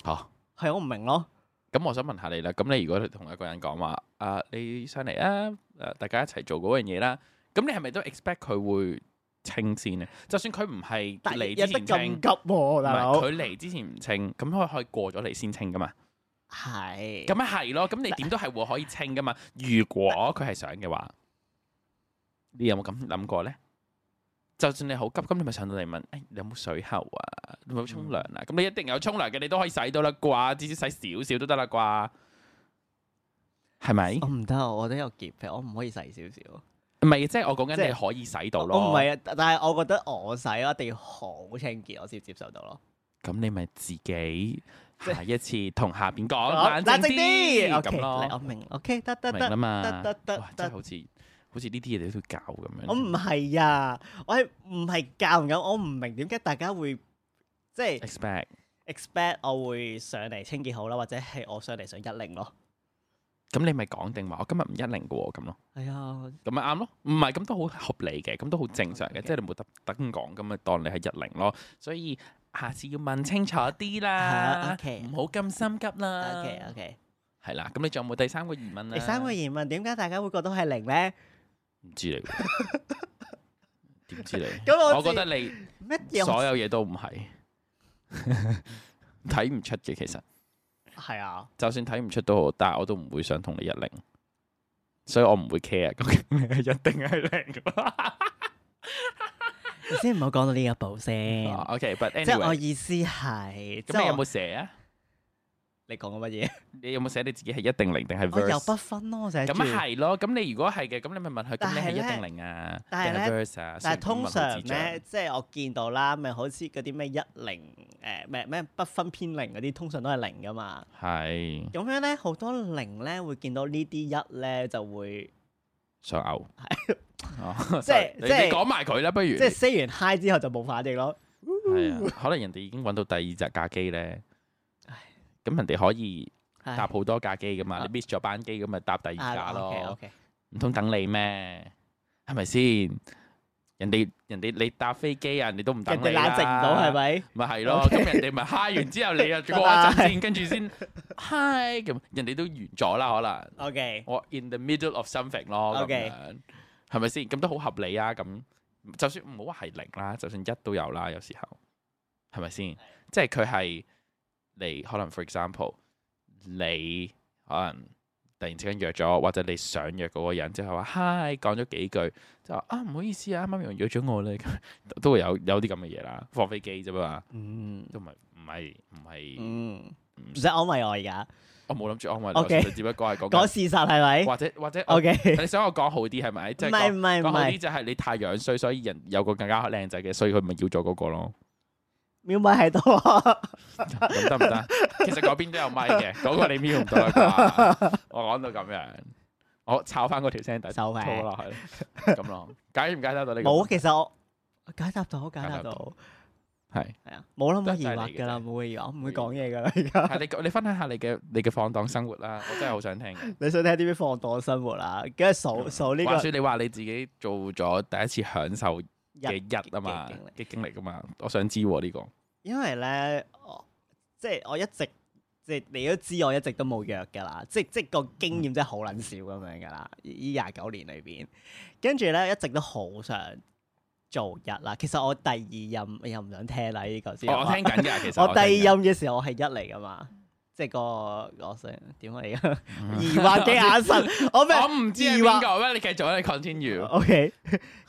[SPEAKER 4] 嚇。
[SPEAKER 3] 係我唔明咯。
[SPEAKER 4] 咁我想問下你啦，咁你如果同一個人講話，啊你上嚟啊，誒大家一齊做嗰樣嘢啦，咁你係咪都 expect 佢會清先咧？就算佢唔係
[SPEAKER 3] 但係
[SPEAKER 4] 嚟
[SPEAKER 3] 有
[SPEAKER 4] 之
[SPEAKER 3] 得
[SPEAKER 4] 前
[SPEAKER 3] 咁
[SPEAKER 4] 清
[SPEAKER 3] 急，喎，
[SPEAKER 4] 唔
[SPEAKER 3] 大
[SPEAKER 4] 係
[SPEAKER 3] 佬
[SPEAKER 4] 佢嚟之前唔清，咁佢可以過咗嚟先清噶嘛？
[SPEAKER 3] 係
[SPEAKER 4] 咁咪係咯，咁你點都係會可以清噶嘛？如果佢係想嘅話，你有冇咁諗過咧？就算你好急，咁你咪上到嚟問，誒、哎你有冇水喉啊？你有冇沖涼
[SPEAKER 3] 嗯
[SPEAKER 4] 啊？咁、你一定有沖涼嘅，你都可以洗到啦啩，至少洗少少都得啦啩，係咪？
[SPEAKER 3] 我唔得啊，我都有潔癖，我唔可以細少少。
[SPEAKER 4] 唔係，即係我講
[SPEAKER 3] 即
[SPEAKER 4] 緊
[SPEAKER 3] 係
[SPEAKER 4] 你可以洗到
[SPEAKER 3] 我
[SPEAKER 4] 咯。
[SPEAKER 3] 唔係啊，但係我覺得我洗我一定要好清潔，我先接受到咯。
[SPEAKER 4] 咁你咪自己下一次同下邊講
[SPEAKER 3] 好
[SPEAKER 4] 冷靜啲
[SPEAKER 3] OK，
[SPEAKER 4] 咁咯
[SPEAKER 3] 嚟我，明，OK，得得
[SPEAKER 4] 明啦
[SPEAKER 3] 得，
[SPEAKER 4] 嘛？
[SPEAKER 3] 得得
[SPEAKER 4] 哇
[SPEAKER 3] 得
[SPEAKER 4] 真係
[SPEAKER 3] 得
[SPEAKER 4] 好似好似呢啲嘢你都要教咁樣。
[SPEAKER 3] 我唔係啊，我係唔係教唔緊？我唔明點解大家會即係
[SPEAKER 4] expect。
[SPEAKER 3] expect 我會上嚟清潔好啦，或者係我上嚟上一零咯。
[SPEAKER 4] 咁你咪講定話，哦我今日唔一零嘅喎，咁咯，
[SPEAKER 3] 係啊，
[SPEAKER 4] 咁咪啱咯，唔係咁都好合理嘅，咁都好正常嘅，
[SPEAKER 3] Okay，okay
[SPEAKER 4] 即係你冇特登講，咁咪當你係一零咯，所以下次要問清楚啲
[SPEAKER 3] [LAUGHS] 係啊
[SPEAKER 4] 啦
[SPEAKER 3] ，OK
[SPEAKER 4] 唔好咁心急啦
[SPEAKER 3] OK OK。
[SPEAKER 4] 係啦，咁你仲有冇第三個疑問咧？啊
[SPEAKER 3] 第啊三個疑問，點解大家會覺得係零咧？
[SPEAKER 4] 唔知
[SPEAKER 3] [LAUGHS]
[SPEAKER 4] 你喎，點知你？
[SPEAKER 3] 咁我
[SPEAKER 4] 我
[SPEAKER 3] 自
[SPEAKER 4] 覺得你
[SPEAKER 3] 乜嘢？
[SPEAKER 4] 所有嘢都唔係 [LAUGHS] 睇唔出嘅，其實
[SPEAKER 3] 係啊，
[SPEAKER 4] 就算睇唔出都好，但係我都唔會想同你一零，所以我唔會 care 究竟你係一定係零。
[SPEAKER 3] [LAUGHS] 你先唔好講到呢一步先。
[SPEAKER 4] o k Ờ, but
[SPEAKER 3] 即係我
[SPEAKER 4] anyway，
[SPEAKER 3] 意思係，即
[SPEAKER 4] 咁
[SPEAKER 3] 係
[SPEAKER 4] 你有
[SPEAKER 3] 我
[SPEAKER 4] 冇寫啊？
[SPEAKER 3] 你講緊
[SPEAKER 4] [LAUGHS]
[SPEAKER 3] 乜嘢？
[SPEAKER 4] 你有冇寫你自己係一定零定係
[SPEAKER 3] 我有
[SPEAKER 4] verse？
[SPEAKER 3] 不分咯，我寫
[SPEAKER 4] 咁啊
[SPEAKER 3] 住。
[SPEAKER 4] 係咯，咁你如果係嘅，咁你咪問佢，
[SPEAKER 3] 但
[SPEAKER 4] 咁你
[SPEAKER 3] 係
[SPEAKER 4] 係一
[SPEAKER 3] 呢
[SPEAKER 4] 定零啊，定
[SPEAKER 3] 但係
[SPEAKER 4] 係
[SPEAKER 3] 呢
[SPEAKER 4] à, verse 啊？雖
[SPEAKER 3] 但
[SPEAKER 4] 然
[SPEAKER 3] 係通
[SPEAKER 4] 英文好
[SPEAKER 3] 常
[SPEAKER 4] 智障
[SPEAKER 3] 咧，，即係我見到啦，咪好似嗰啲咩一零誒咩咩不分偏零嗰啲，通常都係零噶嘛。
[SPEAKER 4] 係
[SPEAKER 3] 咁樣咧，好多零咧會見到呢啲一咧就會，
[SPEAKER 4] 想
[SPEAKER 3] [LAUGHS]
[SPEAKER 4] 嘔，哦
[SPEAKER 3] 即係
[SPEAKER 4] sorry，你
[SPEAKER 3] 即係
[SPEAKER 4] 你講埋佢啦，不如
[SPEAKER 3] 即係 say 完 hi 之後就冇反應咯。
[SPEAKER 4] 係啊，可能人哋已經揾到第二隻架機咧
[SPEAKER 3] 唉，
[SPEAKER 4] 咁人哋可以
[SPEAKER 3] 唉
[SPEAKER 4] 搭好多架機噶嘛，
[SPEAKER 3] 啊
[SPEAKER 4] 你 miss 咗班機咁咪搭第二架
[SPEAKER 3] 啊，OK À,
[SPEAKER 4] 咯，
[SPEAKER 3] OK，
[SPEAKER 4] 唔通等你咩？係咪先？人哋人哋你搭飛機啊，人哋都唔等
[SPEAKER 3] 人
[SPEAKER 4] 你
[SPEAKER 3] 哋冷靜唔到係
[SPEAKER 4] 咪？
[SPEAKER 3] 咪？
[SPEAKER 4] 咪係咯，
[SPEAKER 3] OK
[SPEAKER 4] 咁人哋咪嗨完之後，你又過一
[SPEAKER 3] 拜拜
[SPEAKER 4] 陣先，跟住先嗨咁，人哋都完咗啦，可能
[SPEAKER 3] OK，
[SPEAKER 4] 我 in the middle of something 咯，咁
[SPEAKER 3] OK
[SPEAKER 4] 樣係咪先？咁都好合理啊，咁就算唔好話係零啦，就算一都有啦，有時候係咪先？即係佢係你可能 for example，你可能突然之間約咗，或者你想約嗰個人之後話嗨，講咗幾句，就話啊唔好意思啊，啱啱有人約咗我咧，咁都會有有啲咁嘅嘢啦，放飛機啫嘛。
[SPEAKER 3] 嗯
[SPEAKER 4] 都唔係唔係唔係，
[SPEAKER 3] 嗯，
[SPEAKER 4] 唔
[SPEAKER 3] 唔使安慰我而家，
[SPEAKER 4] 我冇諗住安慰你，我
[SPEAKER 3] OK
[SPEAKER 4] 純粹只不過係講
[SPEAKER 3] 講
[SPEAKER 4] 緊，
[SPEAKER 3] 事實係咪
[SPEAKER 4] 或者或者我
[SPEAKER 3] ？OK，
[SPEAKER 4] 你想我講好啲係咪？即係
[SPEAKER 3] 唔係
[SPEAKER 4] 講
[SPEAKER 3] 唔係唔
[SPEAKER 4] 講好啲
[SPEAKER 3] 係，
[SPEAKER 4] 就係你太樣衰，所以人有個更加靚仔嘅，所以佢咪要咗嗰個
[SPEAKER 3] [LAUGHS]
[SPEAKER 4] 咯。
[SPEAKER 3] 秒咪喺度啊！
[SPEAKER 4] 咁得唔得？其實嗰邊都有咪
[SPEAKER 3] [LAUGHS]
[SPEAKER 4] 嘅，嗰個你瞄唔到啦啩。我講到咁樣，我抄翻嗰條聲帶，
[SPEAKER 3] 收皮
[SPEAKER 4] 拖落去咁咯。解唔解答到你？
[SPEAKER 3] 冇，其實我我解答到，解答
[SPEAKER 4] 解答
[SPEAKER 3] 到，
[SPEAKER 4] 到係
[SPEAKER 3] 係啊，冇啦，
[SPEAKER 4] 都
[SPEAKER 3] 冇
[SPEAKER 4] 係
[SPEAKER 3] 疑
[SPEAKER 4] 真係嚟嘅
[SPEAKER 3] 惑
[SPEAKER 4] 嗯
[SPEAKER 3] 㗎啦，
[SPEAKER 4] 啫
[SPEAKER 3] 冇疑惑，我唔會講嘢㗎啦，而
[SPEAKER 4] [LAUGHS]
[SPEAKER 3] 家。
[SPEAKER 4] 係你你分享下你嘅你嘅放蕩生活啦，我真係好想聽嘅。
[SPEAKER 3] 你想聽啲咩放蕩生活啊？跟住數數呢個
[SPEAKER 4] 嗯話說你話你自己做咗第一次享受嘅
[SPEAKER 3] 日，
[SPEAKER 4] 日啊嘛
[SPEAKER 3] 嘅經歷
[SPEAKER 4] 嘅經歷啊嘛，我想知喎呢個。
[SPEAKER 3] 因為咧，我即係我一直即係你都知，我一直都冇約㗎啦，即係即係個
[SPEAKER 4] 嗯
[SPEAKER 3] 經驗真係好撚少咁樣㗎啦。依廿九年裏邊，跟住咧一直都好想做日啦。其實我第二任又唔想聽啦，呢個先。
[SPEAKER 4] 哦我我聽緊㗎，其實
[SPEAKER 3] 我第二
[SPEAKER 4] 聽緊
[SPEAKER 3] 任嘅時候，我係一嚟㗎嘛，即係個我想點啊？而家
[SPEAKER 4] 嗯
[SPEAKER 3] 疑惑嘅眼神，
[SPEAKER 4] [LAUGHS]
[SPEAKER 3] 我明。
[SPEAKER 4] 我唔知係
[SPEAKER 3] 疑惑哦
[SPEAKER 4] 邊個咩？你繼續啊，你 continue。
[SPEAKER 3] O K，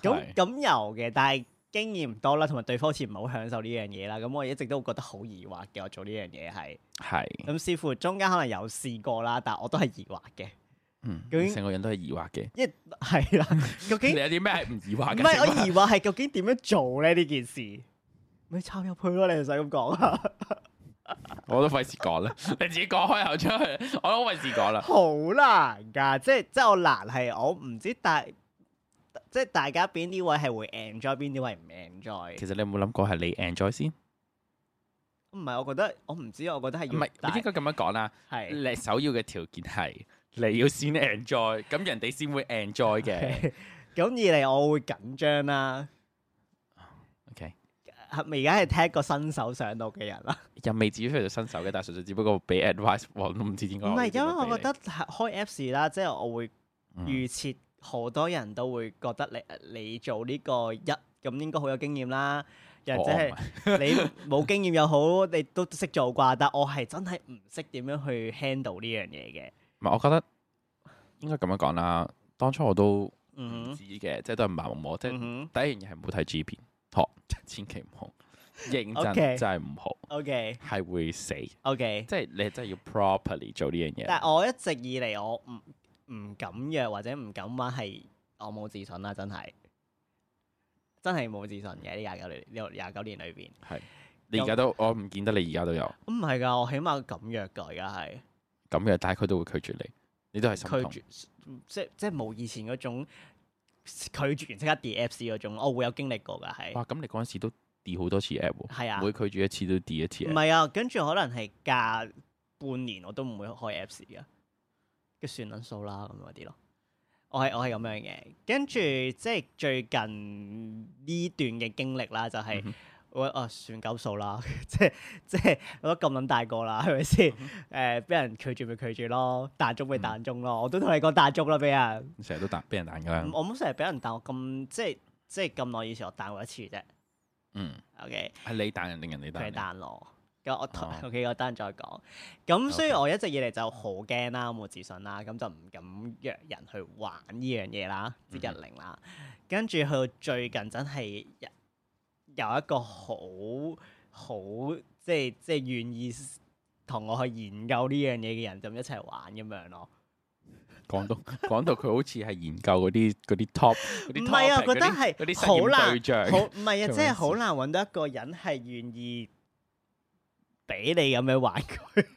[SPEAKER 3] 咁
[SPEAKER 4] 係
[SPEAKER 3] 咁有嘅，但係經驗唔多啦，同埋對方好似唔係好享受呢樣嘢啦。咁我一直都覺得好疑惑嘅，我做呢樣嘢係。
[SPEAKER 4] 係，
[SPEAKER 3] 咁似乎中間可能有試過啦，但我都係疑惑嘅， [LAUGHS]
[SPEAKER 4] 嗯
[SPEAKER 3] 究竟
[SPEAKER 4] 成個人都係疑惑嘅。
[SPEAKER 3] 因為係
[SPEAKER 4] [LAUGHS]
[SPEAKER 3] 啦，究
[SPEAKER 4] 你
[SPEAKER 3] 竟
[SPEAKER 4] 有啲咩係唔疑惑
[SPEAKER 3] 唔
[SPEAKER 4] 嘅？
[SPEAKER 3] 係我疑惑係究竟點樣做咧呢件事？咪插入去咯，你唔使咁講
[SPEAKER 4] 嗯
[SPEAKER 3] 啊，
[SPEAKER 4] [LAUGHS] 我都費事講啦，你自己講開口出去，我都費事講啦。
[SPEAKER 3] [LAUGHS] 好難㗎，即係即係我難係我唔知大，即係大家邊啲位係會 enjoy，邊啲位唔 enjoy。
[SPEAKER 4] 其實你有冇諗過係你 enjoy 先？
[SPEAKER 3] 唔係，我覺得我唔知，我覺得係
[SPEAKER 4] 唔
[SPEAKER 3] 要
[SPEAKER 4] 係
[SPEAKER 3] 大
[SPEAKER 4] 應該咁樣講啦。
[SPEAKER 3] 係
[SPEAKER 4] 你首要嘅條件係你要先 enjoy，咁人哋先會 enjoy
[SPEAKER 3] [LAUGHS]
[SPEAKER 4] 嘅。
[SPEAKER 3] 咁二嚟，我會緊張啦。
[SPEAKER 4] OK，
[SPEAKER 3] 係咪而家係聽一個新手上到嘅人啦？啊
[SPEAKER 4] 又未至於去到新手嘅，但係純粹只不過俾 advice，我哦都唔知點
[SPEAKER 3] 唔
[SPEAKER 4] 解。
[SPEAKER 3] 係，因為我覺得係開 Apps 啦，即係我會
[SPEAKER 4] 嗯
[SPEAKER 3] 預設好多人都會覺得你呃你做呢個一咁應該好有經驗啦，又或者係
[SPEAKER 4] 哦
[SPEAKER 3] 你冇經驗又好， [LAUGHS] 你都識做啩。但我係真係唔識點樣去 handle 呢樣嘢嘅。
[SPEAKER 4] 唔係，我覺得應該咁樣講啦。當初我都唔
[SPEAKER 3] 嗯
[SPEAKER 4] 知嘅， [LAUGHS] 即係都係盲摸，即
[SPEAKER 3] 哼，
[SPEAKER 4] 係
[SPEAKER 3] 嗯
[SPEAKER 4] 第一樣嘢係唔好睇 G 片，托 [LAUGHS] 千祈唔好認真，
[SPEAKER 3] OK
[SPEAKER 4] 真係唔好，
[SPEAKER 3] 哼，OK
[SPEAKER 4] 係會死。
[SPEAKER 3] OK。
[SPEAKER 4] 即係你真係要 properly 做呢樣嘢。
[SPEAKER 3] 但係我一直以嚟我唔唔敢約或者唔敢玩係我冇自信啦，真係真係冇自信嘅呢廿九年呢廿九年裏邊，
[SPEAKER 4] 係你而家都我唔見得你而家都有
[SPEAKER 3] 唔係㗎，我起碼敢約㗎，而家係
[SPEAKER 4] 咁嘅，但係佢都會拒絕你，你都係心
[SPEAKER 3] 拒
[SPEAKER 4] 痛。
[SPEAKER 3] 絕，即即冇以前嗰種拒絕完即刻 D F C 嗰種，我會有經歷過㗎，係
[SPEAKER 4] 哇！咁你嗰陣時都 d 好多次 app 喎，
[SPEAKER 3] [LAUGHS] 係啊，
[SPEAKER 4] 每拒絕一次都 d 一次
[SPEAKER 3] 唔
[SPEAKER 4] app。
[SPEAKER 3] 係啊，跟住可能係隔半年我都唔會開 Apps 嘅，嘅算撚數啦咁嗰啲咯。我係我係咁樣嘅，跟住即係最近呢段嘅經歷啦，就係、
[SPEAKER 4] 嗯哼
[SPEAKER 3] 我啊算鳩數啦， [LAUGHS] 即係即係我都咁撚大個啦，係咪先？誒、
[SPEAKER 4] 嗯
[SPEAKER 3] 俾人拒絕咪拒絕咯，彈中咪彈中咯，我都同你講彈中啦，俾人。
[SPEAKER 4] 成日都彈俾人彈㗎啦。
[SPEAKER 3] 我冇成日俾人彈，我咁即係即係咁耐以前我彈過一次啫。
[SPEAKER 4] 嗯，
[SPEAKER 3] OK。
[SPEAKER 4] 係你彈人定人哋彈
[SPEAKER 3] 佢
[SPEAKER 4] 你？
[SPEAKER 3] 彈我。咁我同
[SPEAKER 4] 哦
[SPEAKER 3] [LAUGHS] OK 嗰單再講。咁所以我一直以嚟就好驚啦，冇自信啦，咁就唔敢約人去玩呢樣嘢啦，即係
[SPEAKER 4] 嗯
[SPEAKER 3] 日零啦。跟住去到最近真係有有一個好好即係即係願意同我去研究呢樣嘢嘅人，咁一齊玩咁樣咯。
[SPEAKER 4] 講到 [LAUGHS] 講到佢好似係研究嗰啲嗰啲 top 嗰啲
[SPEAKER 3] 唔係啊
[SPEAKER 4] topic，
[SPEAKER 3] 我覺得
[SPEAKER 4] 嗰啲
[SPEAKER 3] 係
[SPEAKER 4] 嗰啲
[SPEAKER 3] 好
[SPEAKER 4] 實驗
[SPEAKER 3] 難
[SPEAKER 4] 對象。
[SPEAKER 3] 好唔係啊，
[SPEAKER 4] [LAUGHS]
[SPEAKER 3] 即
[SPEAKER 4] 做咩
[SPEAKER 3] 係
[SPEAKER 4] 事
[SPEAKER 3] 好難揾到一個人係願意俾你咁樣玩佢。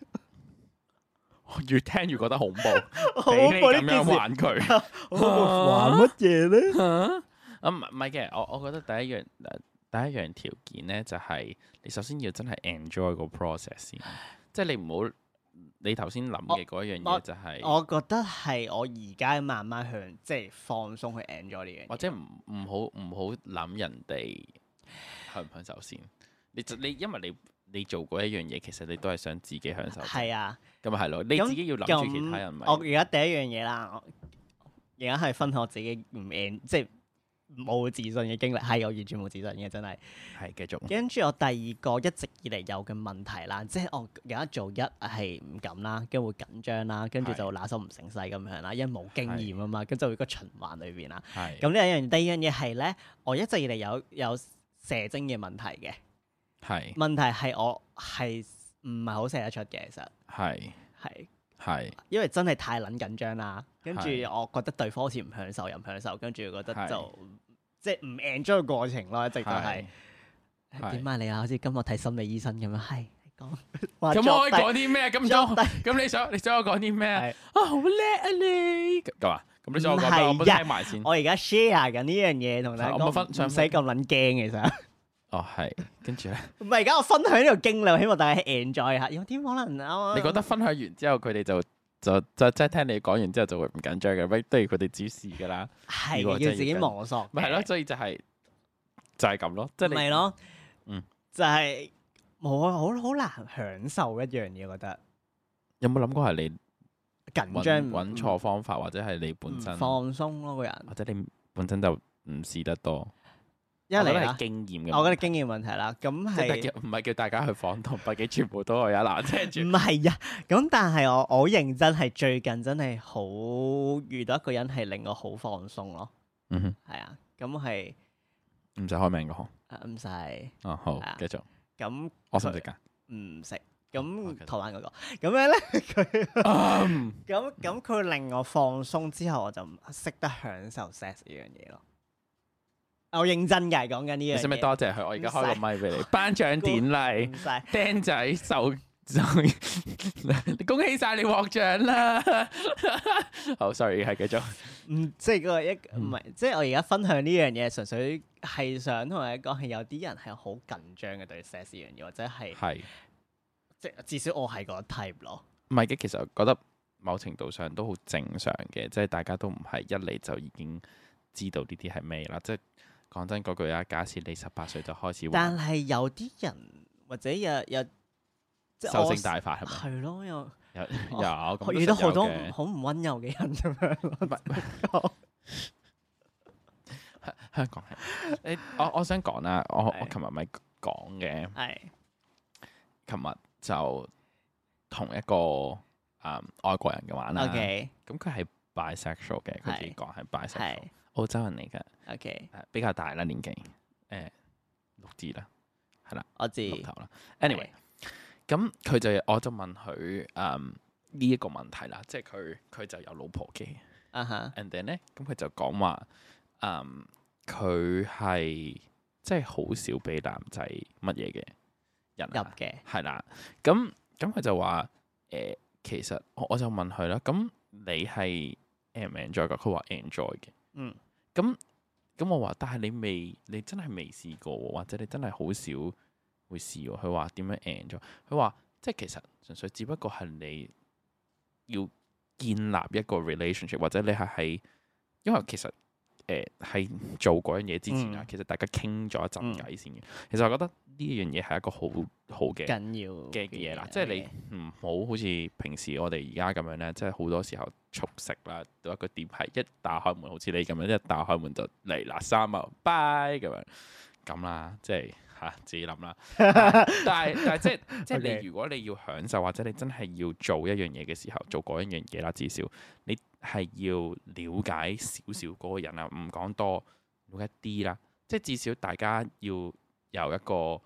[SPEAKER 4] 我 [LAUGHS] 越聽越覺得恐怖，
[SPEAKER 3] [LAUGHS] 好
[SPEAKER 4] 俾你
[SPEAKER 3] 怖呢
[SPEAKER 4] 咁
[SPEAKER 3] 件
[SPEAKER 4] 樣
[SPEAKER 3] 事
[SPEAKER 4] 玩佢。
[SPEAKER 3] [LAUGHS]
[SPEAKER 4] [LAUGHS]
[SPEAKER 3] 玩乜嘢咧？
[SPEAKER 4] 啊，唔唔係嘅，我我覺得第一樣第一樣條件咧，就係、你首先要真係 enjoy 個 process 先，即係你唔好你頭先諗嘅嗰一樣嘢就係、
[SPEAKER 3] 我覺得係我而家慢慢向即係放鬆去 enjoy 呢樣
[SPEAKER 4] 或
[SPEAKER 3] 嘢。
[SPEAKER 4] 者唔唔好唔好諗人哋享唔享受先，你就你因為你。你做過一樣嘢，其實你都係想自己享受，咁咪
[SPEAKER 3] 係啊，
[SPEAKER 4] 係咯。你自己要諗住其他人
[SPEAKER 3] 咁
[SPEAKER 4] 咪
[SPEAKER 3] 我而家第一樣嘢啦，我而家係分享我自己唔 en 即係冇自信嘅經歷，係我完全冇自信嘅
[SPEAKER 4] [LAUGHS]
[SPEAKER 3] 真係。
[SPEAKER 4] 係繼續。
[SPEAKER 3] 跟住我第二個一直以嚟有嘅問題啦，即係我而家做一係唔敢啦，跟住會緊張啦，跟住
[SPEAKER 4] 係
[SPEAKER 3] 就拿手唔成勢咁樣啦，因為冇經驗啊嘛，跟住就會個循環裏邊啦。
[SPEAKER 4] 係
[SPEAKER 3] 咁呢一樣，第二樣嘢係咧，我一直以嚟有有射精嘅問題嘅。
[SPEAKER 4] 係
[SPEAKER 3] 問題係我係唔係好射得出嘅，其實
[SPEAKER 4] 係
[SPEAKER 3] 係
[SPEAKER 4] 係
[SPEAKER 3] 因為真係太撚緊張啦。跟住
[SPEAKER 4] 係
[SPEAKER 3] 我覺得對方好似唔享受，又唔享受，跟住覺得
[SPEAKER 4] 係
[SPEAKER 3] 就即係唔 enjoy 個過程咯，一直都係
[SPEAKER 4] 係。係
[SPEAKER 3] 點啊你啊？好似今日睇心理醫生咁樣，係你
[SPEAKER 4] [LAUGHS]
[SPEAKER 3] 講話
[SPEAKER 4] 咁我可以
[SPEAKER 3] 啊作
[SPEAKER 4] 講啲咩？咁
[SPEAKER 3] 作
[SPEAKER 4] 都咁你想你想我講啲咩啊
[SPEAKER 3] 係？
[SPEAKER 4] 啊好叻啊你咁咁啊？咁你想我講咩？我
[SPEAKER 3] 唔
[SPEAKER 4] 幫
[SPEAKER 3] 係啊
[SPEAKER 4] 你聽埋先。
[SPEAKER 3] [LAUGHS] 我而家 share 緊呢樣嘢同大家
[SPEAKER 4] 係我冇分
[SPEAKER 3] 講，
[SPEAKER 4] 想
[SPEAKER 3] 唔使咁撚驚其實。
[SPEAKER 4] 哦係，跟住咧，
[SPEAKER 3] 唔係而家我分享呢個經歷，我希望大家 enjoy 下。有啲可能
[SPEAKER 4] [LAUGHS]
[SPEAKER 3] 啊，
[SPEAKER 4] 你覺得分享完之後，佢哋就就就即係聽你講完之後就會唔緊張嘅，不不如佢哋指示㗎啦。
[SPEAKER 3] 係
[SPEAKER 4] 如果
[SPEAKER 3] 要
[SPEAKER 4] 真係要
[SPEAKER 3] 自己
[SPEAKER 4] 緊
[SPEAKER 3] 摸索嘅。
[SPEAKER 4] 咪係咯，所以就係就係咁咯，即係你
[SPEAKER 3] 咪咯，
[SPEAKER 4] 嗯，
[SPEAKER 3] 就係冇啊，好好難享受一樣嘢，我覺得
[SPEAKER 4] 有冇諗過係你
[SPEAKER 3] 緊張
[SPEAKER 4] 揾揾錯方法，或者係你
[SPEAKER 3] 唔
[SPEAKER 4] 本身，或
[SPEAKER 3] 放鬆咯，個人
[SPEAKER 4] 者你本身就唔試得多？
[SPEAKER 3] 一
[SPEAKER 4] 我覺
[SPEAKER 3] 嚟
[SPEAKER 4] 得係
[SPEAKER 3] 啦，
[SPEAKER 4] 經驗嘅，
[SPEAKER 3] 啊我覺得經驗問題啦，咁
[SPEAKER 4] 即係
[SPEAKER 3] 係
[SPEAKER 4] 叫唔係叫大家去放蕩筆記，全部都係啊嗱，聽
[SPEAKER 3] 唔 [LAUGHS]
[SPEAKER 4] 住
[SPEAKER 3] 係啊？咁但係我我好認真係最近真係好遇到一個人係令我好放鬆咯，
[SPEAKER 4] 嗯哼
[SPEAKER 3] 係啊，咁係
[SPEAKER 4] 唔使開名嘅嗬。
[SPEAKER 3] 啊唔使
[SPEAKER 4] 啊好
[SPEAKER 3] 係啊，
[SPEAKER 4] 繼續。
[SPEAKER 3] 咁
[SPEAKER 4] 我識唔識㗎？
[SPEAKER 3] 唔食
[SPEAKER 4] 哦
[SPEAKER 3] 咁
[SPEAKER 4] ，OK
[SPEAKER 3] 台灣嗰個咁樣咧佢。
[SPEAKER 4] 嗯
[SPEAKER 3] 咁咁佢令我放鬆之後，我就唔識得享受 sex 呢樣嘢咯。我認真嘅講緊呢
[SPEAKER 4] 你
[SPEAKER 3] 樣
[SPEAKER 4] 使唔使
[SPEAKER 3] 嘢，
[SPEAKER 4] 多謝佢？我而家
[SPEAKER 3] 唔
[SPEAKER 4] 開
[SPEAKER 3] 使
[SPEAKER 4] 個咪俾你。頒獎典禮，
[SPEAKER 3] 唔使
[SPEAKER 4] 釘仔受受， [LAUGHS] 恭喜晒你獲獎啦！ [LAUGHS] 好，sorry，係繼續。
[SPEAKER 3] 唔即係嗰個一唔係，
[SPEAKER 4] 嗯
[SPEAKER 3] 即係我而家分享呢樣嘢，純粹係想同你講係有啲人係好緊張嘅對 sex 呢樣嘢，或者係
[SPEAKER 4] 係
[SPEAKER 3] 即係至少我係嗰 type 咯。
[SPEAKER 4] 唔係嘅，其實我覺得某程度上都好正常嘅，即係大家都唔係一嚟就已經知道呢啲係咩啦。即係講真嗰句啊，假設你十八歲就開始玩
[SPEAKER 3] 但係有啲人或者有有即係
[SPEAKER 4] 獸
[SPEAKER 3] 我
[SPEAKER 4] 性大法係咪？
[SPEAKER 3] 係咯，有
[SPEAKER 4] 有有咁
[SPEAKER 3] 我
[SPEAKER 4] 都
[SPEAKER 3] 遇到
[SPEAKER 4] 實有
[SPEAKER 3] 好多
[SPEAKER 4] 嘅
[SPEAKER 3] 唔好唔温柔嘅人咁樣咯。
[SPEAKER 4] 香港係誒，我我想講啦，我我
[SPEAKER 3] 係
[SPEAKER 4] 琴日咪講嘅，
[SPEAKER 3] 係
[SPEAKER 4] 琴日就同一個誒、嗯、外國人嘅玩啦。
[SPEAKER 3] OK
[SPEAKER 4] 咁佢係 bisexual 嘅，佢自己講係 bisexual，
[SPEAKER 3] 係
[SPEAKER 4] 澳洲人嚟嘅，
[SPEAKER 3] OK，
[SPEAKER 4] 誒比較大啦年紀，誒、六字啦，係啦，
[SPEAKER 3] 我知。
[SPEAKER 4] 六頭啦。anyway，咁佢就我就問佢誒呢一個問題啦，即係佢佢就有老婆嘅
[SPEAKER 3] 啊哈
[SPEAKER 4] ，and then 咧，咁佢就講話誒佢係即係好少俾男仔乜嘢嘅人
[SPEAKER 3] 入
[SPEAKER 4] 啊
[SPEAKER 3] 嘅
[SPEAKER 4] 係啦，咁咁佢就話誒、其實我我就問佢啦，咁你係 en 唔 enjoy 噶？佢話 enjoy 嘅，
[SPEAKER 3] 嗯，
[SPEAKER 4] 咁咁我話，但係你未，你真係未試過喎，或者你真係好少會試喎。佢話點樣 enjoy？佢話即係其實純粹只不過係你要建立一個 relationship，或者你係喺，因為其實。誒喺、做嗰樣嘢之前啊，
[SPEAKER 3] 嗯
[SPEAKER 4] 其實大家傾咗一陣
[SPEAKER 3] 嗯
[SPEAKER 4] 偈先嘅。其實我覺得呢樣嘢係一個好好嘅
[SPEAKER 3] 緊要啊
[SPEAKER 4] 嘅嘢啦，即係你唔好好似平時我哋而家咁樣咧，即係好多時候速食啦，到一個點係一打開門，好似你咁樣一打開門就嚟啦，三啊，拜咁樣咁啦，即係嚇、自己諗啦。但係但係即係即係
[SPEAKER 3] OK
[SPEAKER 4] 你如果你要享受或者你真係要做一樣嘢嘅時候，做嗰一樣嘢啦，至少你係要了解少少嗰個人啊，唔講多，了解啲啦，即係至少大家要有一個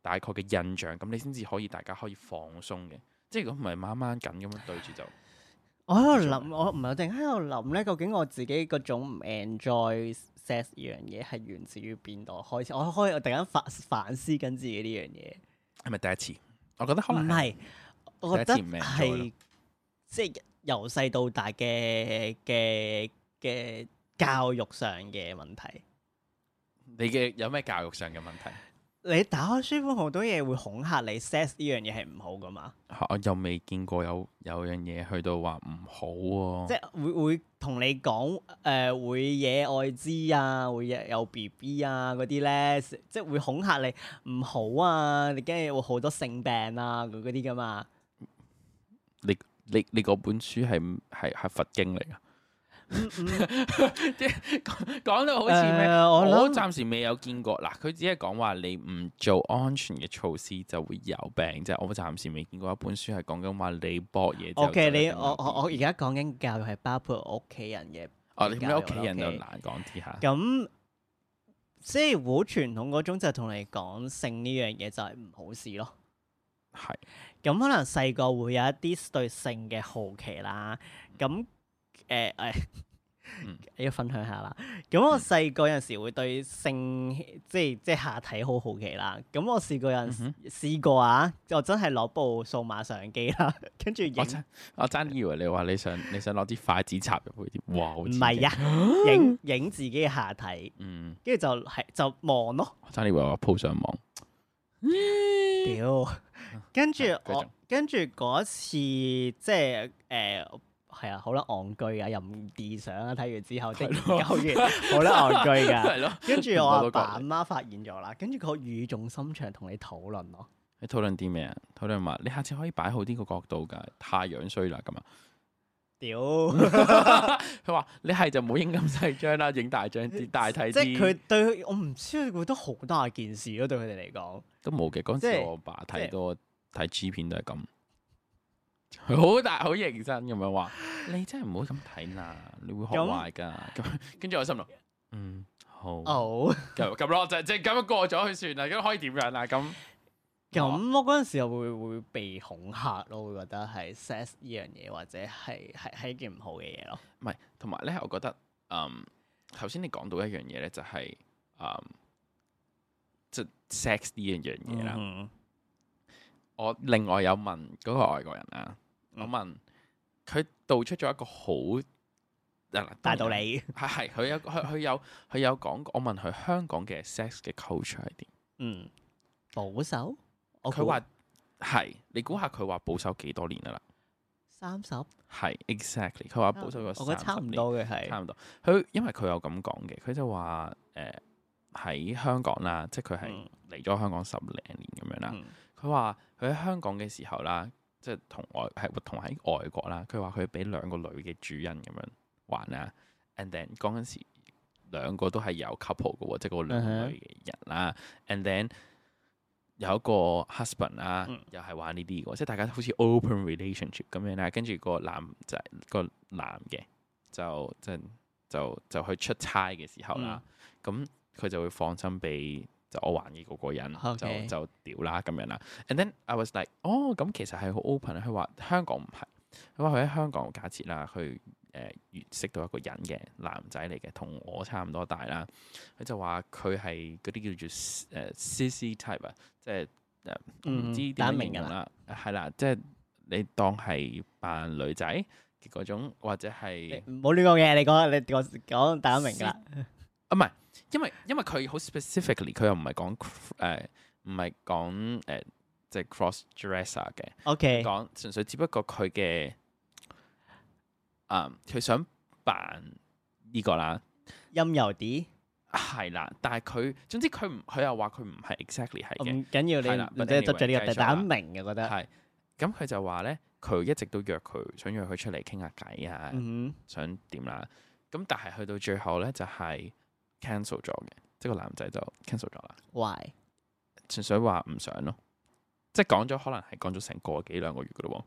[SPEAKER 4] 大概嘅印象，咁你先至可以大家可以放鬆嘅。即係如果唔係掹掹緊咁樣對住就
[SPEAKER 3] 我喺度
[SPEAKER 4] 繼續
[SPEAKER 3] 諗，我唔係我突然間喺度諗咧，究竟我自己嗰種唔 enjoy sex 呢樣嘢係源自於邊度開始？我開我突然間反反思緊自己呢樣嘢。
[SPEAKER 4] 係咪第一次？我覺得可
[SPEAKER 3] 唔
[SPEAKER 4] 能係
[SPEAKER 3] 係，我覺得
[SPEAKER 4] 第一次唔 enjoy 咯
[SPEAKER 3] 係即係由細到大嘅嘅嘅教育上嘅問題。
[SPEAKER 4] 你嘅有咩教育上嘅問題？
[SPEAKER 3] 你打開書本好多嘢會恐嚇你，sex 呢樣嘢係唔好噶嘛？
[SPEAKER 4] 嚇我又未見過有有樣嘢去到話唔好喎、
[SPEAKER 3] 即係會會同你講誒、呃、會惹愛滋啊，會有有 B B 啊嗰啲咧，即係會恐嚇你唔好啊，你驚會好多性病啊嗰嗰啲噶嘛。
[SPEAKER 4] 你你你嗰本書係係係佛經嚟㗎。
[SPEAKER 3] 嗯
[SPEAKER 4] [LAUGHS] 即係講講到好似咩？
[SPEAKER 3] 呃嗯我
[SPEAKER 4] 我
[SPEAKER 3] 諗
[SPEAKER 4] 暫時未有見過。嗱，佢只係講話你唔做安全嘅措施就會有病啫。我暫時未見過一本書係講緊話你搏嘢之後
[SPEAKER 3] O、k
[SPEAKER 4] 就一
[SPEAKER 3] 你
[SPEAKER 4] 定
[SPEAKER 3] 我
[SPEAKER 4] 有
[SPEAKER 3] 我我
[SPEAKER 4] 病
[SPEAKER 3] 而家講緊教育係包括屋企人嘅，
[SPEAKER 4] 哦，你咩屋企人就
[SPEAKER 3] 教育啦
[SPEAKER 4] 難講啲嚇。
[SPEAKER 3] 咁即係好傳統嗰種就同你講性呢樣嘢就係唔好事咯。
[SPEAKER 4] 係
[SPEAKER 3] 咁可能細個會有一啲對性嘅好奇啦，咁誒 [LAUGHS] 誒
[SPEAKER 4] 嗯，
[SPEAKER 3] 要分享下啦。咁我細個有陣時會對性即係即係下體好好奇啦。咁我試過有陣時
[SPEAKER 4] 嗯
[SPEAKER 3] 試過啊，我真係攞部數碼相機啦，跟住影
[SPEAKER 4] 我真我真以為你話你想你想攞啲筷子插入去啲，哇！好
[SPEAKER 3] 唔
[SPEAKER 4] 刺激
[SPEAKER 3] 係，啊，影 [GASPS] 影自己嘅下體，
[SPEAKER 4] 嗯，
[SPEAKER 3] 跟住就係就望咯。
[SPEAKER 4] 我真以為我 po 上網，
[SPEAKER 3] 屌， [LAUGHS] 啊跟住
[SPEAKER 4] 係繼續
[SPEAKER 3] 我跟住嗰一次即係誒係啊，好啦，戇居啊，又唔理想啊，睇完之後即係研究完，好啦，戇居噶。 [LAUGHS]
[SPEAKER 4] 係咯，
[SPEAKER 3] 跟住
[SPEAKER 4] 我
[SPEAKER 3] 我
[SPEAKER 4] 都
[SPEAKER 3] 阿
[SPEAKER 4] 覺
[SPEAKER 3] 爸阿媽發現咗啦，跟住佢語重心長同你討論咯。
[SPEAKER 4] 你討論啲咩啊？討論話你下次可以擺好呢個角度㗎，太樣衰啦
[SPEAKER 3] [LAUGHS]
[SPEAKER 4] 咁啊！
[SPEAKER 3] 屌，
[SPEAKER 4] 佢話你係就唔好影咁細張啦，影大張啲，大體
[SPEAKER 3] 即
[SPEAKER 4] 啲。
[SPEAKER 3] 係佢對我唔知佢覺得好大件事咯，對佢哋嚟講。
[SPEAKER 4] 都冇嘅。嗰
[SPEAKER 3] 即
[SPEAKER 4] 陣時
[SPEAKER 3] 係
[SPEAKER 4] 我爸
[SPEAKER 3] 即
[SPEAKER 4] 睇
[SPEAKER 3] 係
[SPEAKER 4] 多睇 G 片都係咁，佢好大好認真咁樣話：你真係唔好咁睇啦，你會學
[SPEAKER 3] 咁
[SPEAKER 4] 壞㗎。咁跟住我心諗，嗯好，
[SPEAKER 3] 啊 [LAUGHS] 哦，
[SPEAKER 4] 咁咁咯，就即係咁樣過咗去算啦。咁可以點樣啊？咁
[SPEAKER 3] 咁我嗰陣時又會會被恐嚇咯，會覺得係 sex 呢樣嘢或者係係係一件唔好嘅嘢咯。
[SPEAKER 4] 唔係，同埋咧，我覺得嗯頭先你講到一樣嘢咧，就係、嗯即係 sex 呢一樣嘢啦。
[SPEAKER 3] 嗯
[SPEAKER 4] 我另外有問嗰個外國人啊，
[SPEAKER 3] 嗯
[SPEAKER 4] 我問佢道出咗一個好嗱嗱
[SPEAKER 3] 大道理。
[SPEAKER 4] 係係，佢有佢佢有佢有講過，我問佢香港嘅 sex 嘅 culture 係點，
[SPEAKER 3] 嗯，保守，我
[SPEAKER 4] 佢話係你估下佢話保守幾多年啊啦？
[SPEAKER 3] 三十，
[SPEAKER 4] 係 exactly，佢話保守咗
[SPEAKER 3] 哦我覺得差
[SPEAKER 4] 30
[SPEAKER 3] 唔
[SPEAKER 4] 年
[SPEAKER 3] 多嘅係。
[SPEAKER 4] 差唔多。佢因為佢有咁講嘅，佢就話誒喺香港啦，即係佢係
[SPEAKER 3] 嗯
[SPEAKER 4] 嚟咗香港十零年咁樣啦。
[SPEAKER 3] 嗯
[SPEAKER 4] 佢話佢喺香港嘅時候啦，即係同外係同喺外國啦。佢話佢俾兩個女嘅主人咁樣玩啦，and then 嗰陣時兩個都係有 couple 嘅喎，即係嗰個兩個女嘅人啦，and then 有一個 husband 啦
[SPEAKER 3] 嗯，
[SPEAKER 4] 又係玩呢啲嘅喎，即係大家好似 open relationship 咁樣啦。跟住個男仔個男嘅就即係就就去出差嘅時候啦，咁佢、就會放心俾就我玩嘅嗰個人
[SPEAKER 3] OK
[SPEAKER 4] 就就屌啦咁樣啦。And then I was like，哦，咁其實係好 open 啊。佢話香港唔係，佢話佢喺香港假設啦，佢誒遇識到一個人嘅男仔嚟嘅，同我差唔多大啦。佢就話佢係嗰啲叫做誒 CC type 啊，即係誒唔
[SPEAKER 3] 嗯
[SPEAKER 4] 知點
[SPEAKER 3] 大家
[SPEAKER 4] 樣
[SPEAKER 3] 明
[SPEAKER 4] 形容
[SPEAKER 3] 㗎
[SPEAKER 4] 啦，係啦，即係你當係扮女仔嘅嗰種，或者係。
[SPEAKER 3] 你唔好亂講嘢，你講你講講大家明㗎啦。
[SPEAKER 4] 啊，唔係，因為因為佢好 specifically，佢又唔係講誒，唔係講誒，即係 cross dresser 嘅，
[SPEAKER 3] O K，
[SPEAKER 4] 講純粹只不過佢嘅，嗯，佢想扮呢個啦，
[SPEAKER 3] 陰柔啲，
[SPEAKER 4] 係啦，但係佢總之佢唔，佢又話佢唔係 exactly 係嘅，
[SPEAKER 3] 唔緊要，
[SPEAKER 4] 係啦
[SPEAKER 3] 你唔
[SPEAKER 4] but
[SPEAKER 3] 使執着呢
[SPEAKER 4] anyway，繼續
[SPEAKER 3] 個，但大家
[SPEAKER 4] 啦
[SPEAKER 3] 明嘅覺得。
[SPEAKER 4] 係，咁佢就話咧，佢一直都約佢，想約佢出嚟傾下偈啊，
[SPEAKER 3] 嗯
[SPEAKER 4] 想點啦，咁但係去到最後咧就係、cancel 咗嘅，即係個男仔就 cancel 咗啦。
[SPEAKER 3] 哼，why？
[SPEAKER 4] 純粹話唔想咯，即係講咗可能係講咗成個幾兩個月噶咯喎。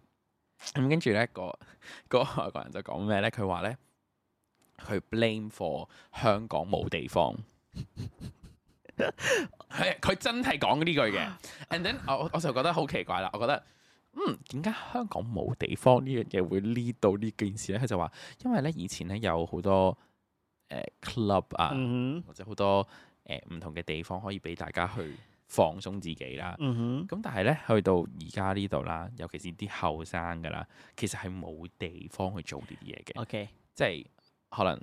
[SPEAKER 4] 咁跟住咧，個 [LAUGHS] 個外國人就講咩咧？佢話咧，佢 blame for 香港冇地方。 [LAUGHS] 係佢真係講呢句嘅，and then 我我就覺得好奇怪啦。我覺得嗯，點解香港冇地方呢樣嘢會 lead 到呢件事咧？佢就話因為咧以前咧有好多誒、呃 club 啊。
[SPEAKER 3] 嗯哼，
[SPEAKER 4] 或者好多誒唔、同嘅地方可以俾大家去放鬆自己啦。
[SPEAKER 3] 嗯哼，
[SPEAKER 4] 咁但係咧，去到而家呢度啦，尤其是啲後生噶啦，其實係冇地方去做呢啲嘢嘅，
[SPEAKER 3] O K，
[SPEAKER 4] 即係可能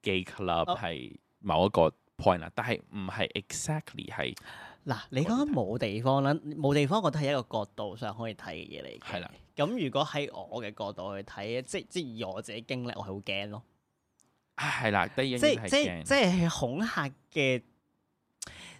[SPEAKER 4] gay club
[SPEAKER 3] 哦
[SPEAKER 4] 係某一個 point 啦，但係唔係 exactly 係
[SPEAKER 3] 嗱，你講緊冇地方啦，冇地方，我覺得係一個角度上可以睇嘅嘢嚟嘅。
[SPEAKER 4] 係啦。
[SPEAKER 3] 咁如果喺我嘅角度去睇，即即以我自己經歷，我係好驚咯。
[SPEAKER 4] 啊係啦，第二樣
[SPEAKER 3] 即
[SPEAKER 4] 嘢係
[SPEAKER 3] 即
[SPEAKER 4] 驚
[SPEAKER 3] 即係恐嚇嘅。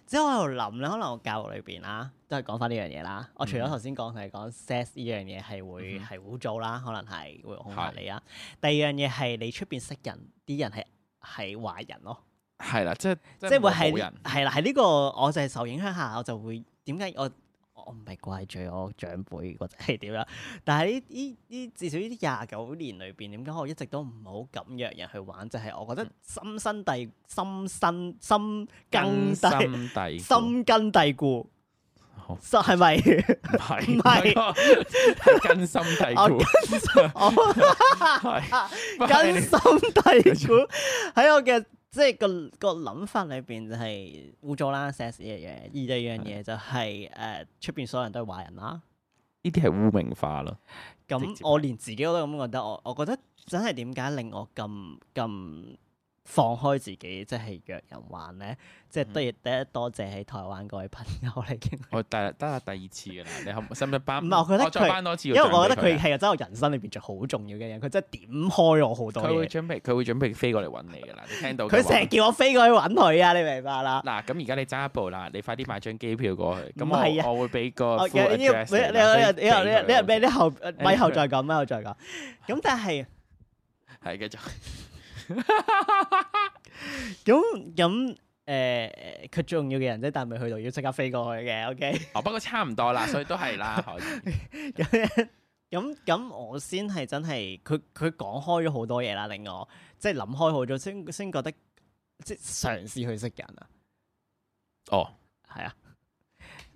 [SPEAKER 3] 即係我喺度諗咧，可能我教育裏邊啦，都係講翻呢樣嘢啦。我除咗
[SPEAKER 4] 嗯
[SPEAKER 3] 頭先講係講 sex 呢樣嘢係會
[SPEAKER 4] 嗯
[SPEAKER 3] 係污糟啦，可能係會恐嚇
[SPEAKER 4] 係
[SPEAKER 3] 你啦。第二樣嘢係你出邊識人，啲人係係壞人咯，
[SPEAKER 4] 係啦，即係
[SPEAKER 3] 即
[SPEAKER 4] 係
[SPEAKER 3] 係會
[SPEAKER 4] 冇好
[SPEAKER 3] 係
[SPEAKER 4] 人
[SPEAKER 3] 係啦，喺呢個我就係受影響下，我就會點解我我唔係怪罪我長輩或者係點啦，但係呢呢呢至少呢啲廿九年裏邊，點解我一直都唔好敢約人去玩？就係、我
[SPEAKER 4] 嗯
[SPEAKER 3] 覺得深深蒂深深深根
[SPEAKER 4] 根深蒂
[SPEAKER 3] 蒂
[SPEAKER 4] 固
[SPEAKER 3] 深根蒂固，
[SPEAKER 4] 好
[SPEAKER 3] 實係咪？
[SPEAKER 4] [LAUGHS]
[SPEAKER 3] [LAUGHS]
[SPEAKER 4] 唔係
[SPEAKER 3] 唔係
[SPEAKER 4] 係 [LAUGHS] 根深蒂
[SPEAKER 3] 我
[SPEAKER 4] 固
[SPEAKER 3] 我
[SPEAKER 4] 係
[SPEAKER 3] 哦
[SPEAKER 4] [LAUGHS]
[SPEAKER 3] 根深蒂固喺我嘅即係個個諗法裏邊就係污糟啦，sex 呢樣嘢，二第二樣嘢就係誒出邊所有人都係壞人啦。
[SPEAKER 4] 呢啲係污名化咯。直
[SPEAKER 3] 咁
[SPEAKER 4] 接
[SPEAKER 3] 我連自己我都咁覺得，我我覺得真係點解令我咁咁放開自己，即係約人玩咧？即
[SPEAKER 4] 嗯
[SPEAKER 3] 係都要第一多謝喺台灣嗰位朋友嚟嘅，
[SPEAKER 4] 我第得啦，第二次嘅啦，你可唔使唔使班？
[SPEAKER 3] 唔係我覺得
[SPEAKER 4] 再
[SPEAKER 3] 佢
[SPEAKER 4] 班多次
[SPEAKER 3] 因
[SPEAKER 4] 個
[SPEAKER 3] 為
[SPEAKER 4] 獎俾啊，
[SPEAKER 3] 我覺得佢係真係我人生裏邊最好重要嘅人，佢真係點開我好多
[SPEAKER 4] 佢會
[SPEAKER 3] 嘢，
[SPEAKER 4] 準備，佢會準備飛過嚟揾你噶啦，你聽到嘅
[SPEAKER 3] 佢成
[SPEAKER 4] 話
[SPEAKER 3] 日叫我飛過去揾佢啊！你明白啦？
[SPEAKER 4] 嗱，咁而家你爭一步啦，你快啲買張機票過去，
[SPEAKER 3] 唔係
[SPEAKER 4] 咁
[SPEAKER 3] 啊
[SPEAKER 4] 我我會俾個
[SPEAKER 3] 我
[SPEAKER 4] full
[SPEAKER 3] 你呢個
[SPEAKER 4] address 你啦
[SPEAKER 3] 你
[SPEAKER 4] 俾
[SPEAKER 3] 你你
[SPEAKER 4] 俾佢
[SPEAKER 3] 你你你後
[SPEAKER 4] [LAUGHS]
[SPEAKER 3] 咪後再講，咪後再講。咁但係。
[SPEAKER 4] 係繼續，
[SPEAKER 3] 咁咁誒，佢重要嘅人即係但未去到，要即刻飛過去嘅。OK， [LAUGHS]
[SPEAKER 4] 哦，不過差唔多啦，所以都係啦，可以
[SPEAKER 3] 咁咁咁，我先係真係佢佢講開咗好多嘢啦，令我即係諗開好咗，先先覺得即係嘗試去識人啊，
[SPEAKER 4] 哦，
[SPEAKER 3] 係啊，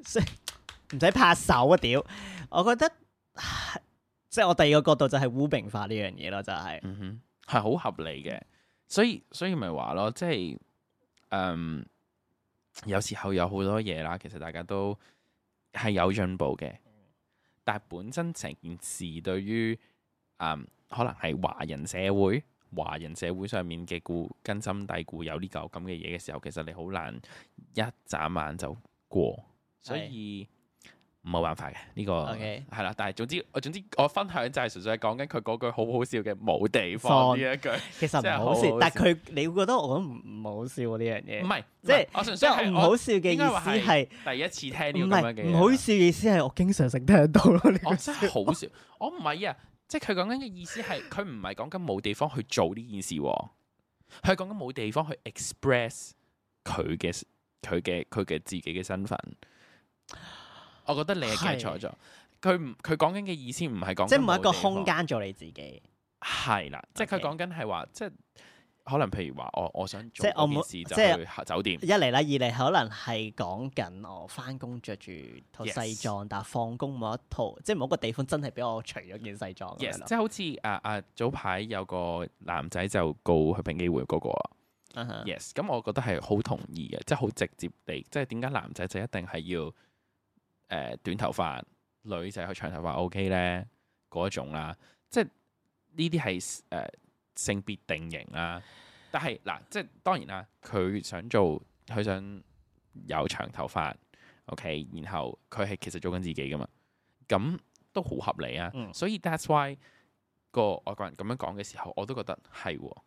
[SPEAKER 3] 所以 [LAUGHS] 唔使拍手啊屌！我覺得即係我第二個角度就係污名化呢樣嘢咯，就係、
[SPEAKER 4] 嗯哼，係好合理嘅，所以所以咪話咯，即係嗯，有時候有好多嘢啦，其實大家都係有進步嘅，但係本身成件事對於嗯可能係華人社會、華人社會上面嘅固根深蒂固有呢嚿咁嘅嘢嘅時候，其實你好難一眨眼就過，所以冇辦法嘅呢、個
[SPEAKER 3] OK
[SPEAKER 4] 係啦。但係總之我總之我分享就係純粹係講緊佢嗰句好好笑嘅冇地
[SPEAKER 3] 放
[SPEAKER 4] 方呢一句，
[SPEAKER 3] 其實
[SPEAKER 4] 真係
[SPEAKER 3] 唔
[SPEAKER 4] 好
[SPEAKER 3] 好
[SPEAKER 4] 好
[SPEAKER 3] 笑
[SPEAKER 4] 笑，
[SPEAKER 3] 但係佢你會覺得我覺得唔唔好笑呢樣嘢，
[SPEAKER 4] 唔係
[SPEAKER 3] 即係
[SPEAKER 4] 唔係我純
[SPEAKER 3] 即
[SPEAKER 4] 粹
[SPEAKER 3] 係我
[SPEAKER 4] 係
[SPEAKER 3] 唔
[SPEAKER 4] 我
[SPEAKER 3] 好笑嘅
[SPEAKER 4] 應該話
[SPEAKER 3] 意思係
[SPEAKER 4] 第一次聽
[SPEAKER 3] 唔
[SPEAKER 4] 呢個咁樣嘅
[SPEAKER 3] 係
[SPEAKER 4] 嘢
[SPEAKER 3] 唔
[SPEAKER 4] 啦
[SPEAKER 3] 好笑嘅意思係我經常性聽到咯呢個
[SPEAKER 4] 我真係好少，我唔係啊，即係佢講緊嘅意思係，佢唔係講緊冇地方去做呢件事喎，佢係講緊冇地方去 express 佢嘅佢嘅佢嘅自己嘅身份。我覺得你係
[SPEAKER 3] 係
[SPEAKER 4] 記錯咗，佢唔佢講緊嘅意思唔係講
[SPEAKER 3] 即係
[SPEAKER 4] 緊
[SPEAKER 3] 冇一個
[SPEAKER 4] 地方
[SPEAKER 3] 空，間做你自己，
[SPEAKER 4] 係啦，即係佢
[SPEAKER 3] OK
[SPEAKER 4] 講緊係話，即係可能譬如話，我我想做
[SPEAKER 3] 即係我
[SPEAKER 4] 嗰件
[SPEAKER 3] 冇
[SPEAKER 4] 事就
[SPEAKER 3] 即係
[SPEAKER 4] 去酒店，
[SPEAKER 3] 一嚟啦，二嚟可能係講緊我翻工着住套
[SPEAKER 4] Yes
[SPEAKER 3] 西裝，但係放工冇一套，即係冇一個地方真係俾我除咗件西裝咁
[SPEAKER 4] yes，
[SPEAKER 3] 樣
[SPEAKER 4] 即係好似啊啊早排有個男仔就告佢平機會嗰個啊。
[SPEAKER 3] 咯啊哈。
[SPEAKER 4] yes，咁我覺得係好同意嘅，即係好直接地，即係點解男仔就一定係要誒、呃短頭髮，女仔去長頭髮 OK 咧嗰一種啦，即係呢啲係誒性別定型啦。但係嗱，即係當然啦，佢想做，佢想有長頭髮，OK，然後佢係其實做緊自己噶嘛，咁都好合理啊。
[SPEAKER 3] 嗯
[SPEAKER 4] 所以 that's why 個外國人咁樣講嘅時候，我都覺得係喎。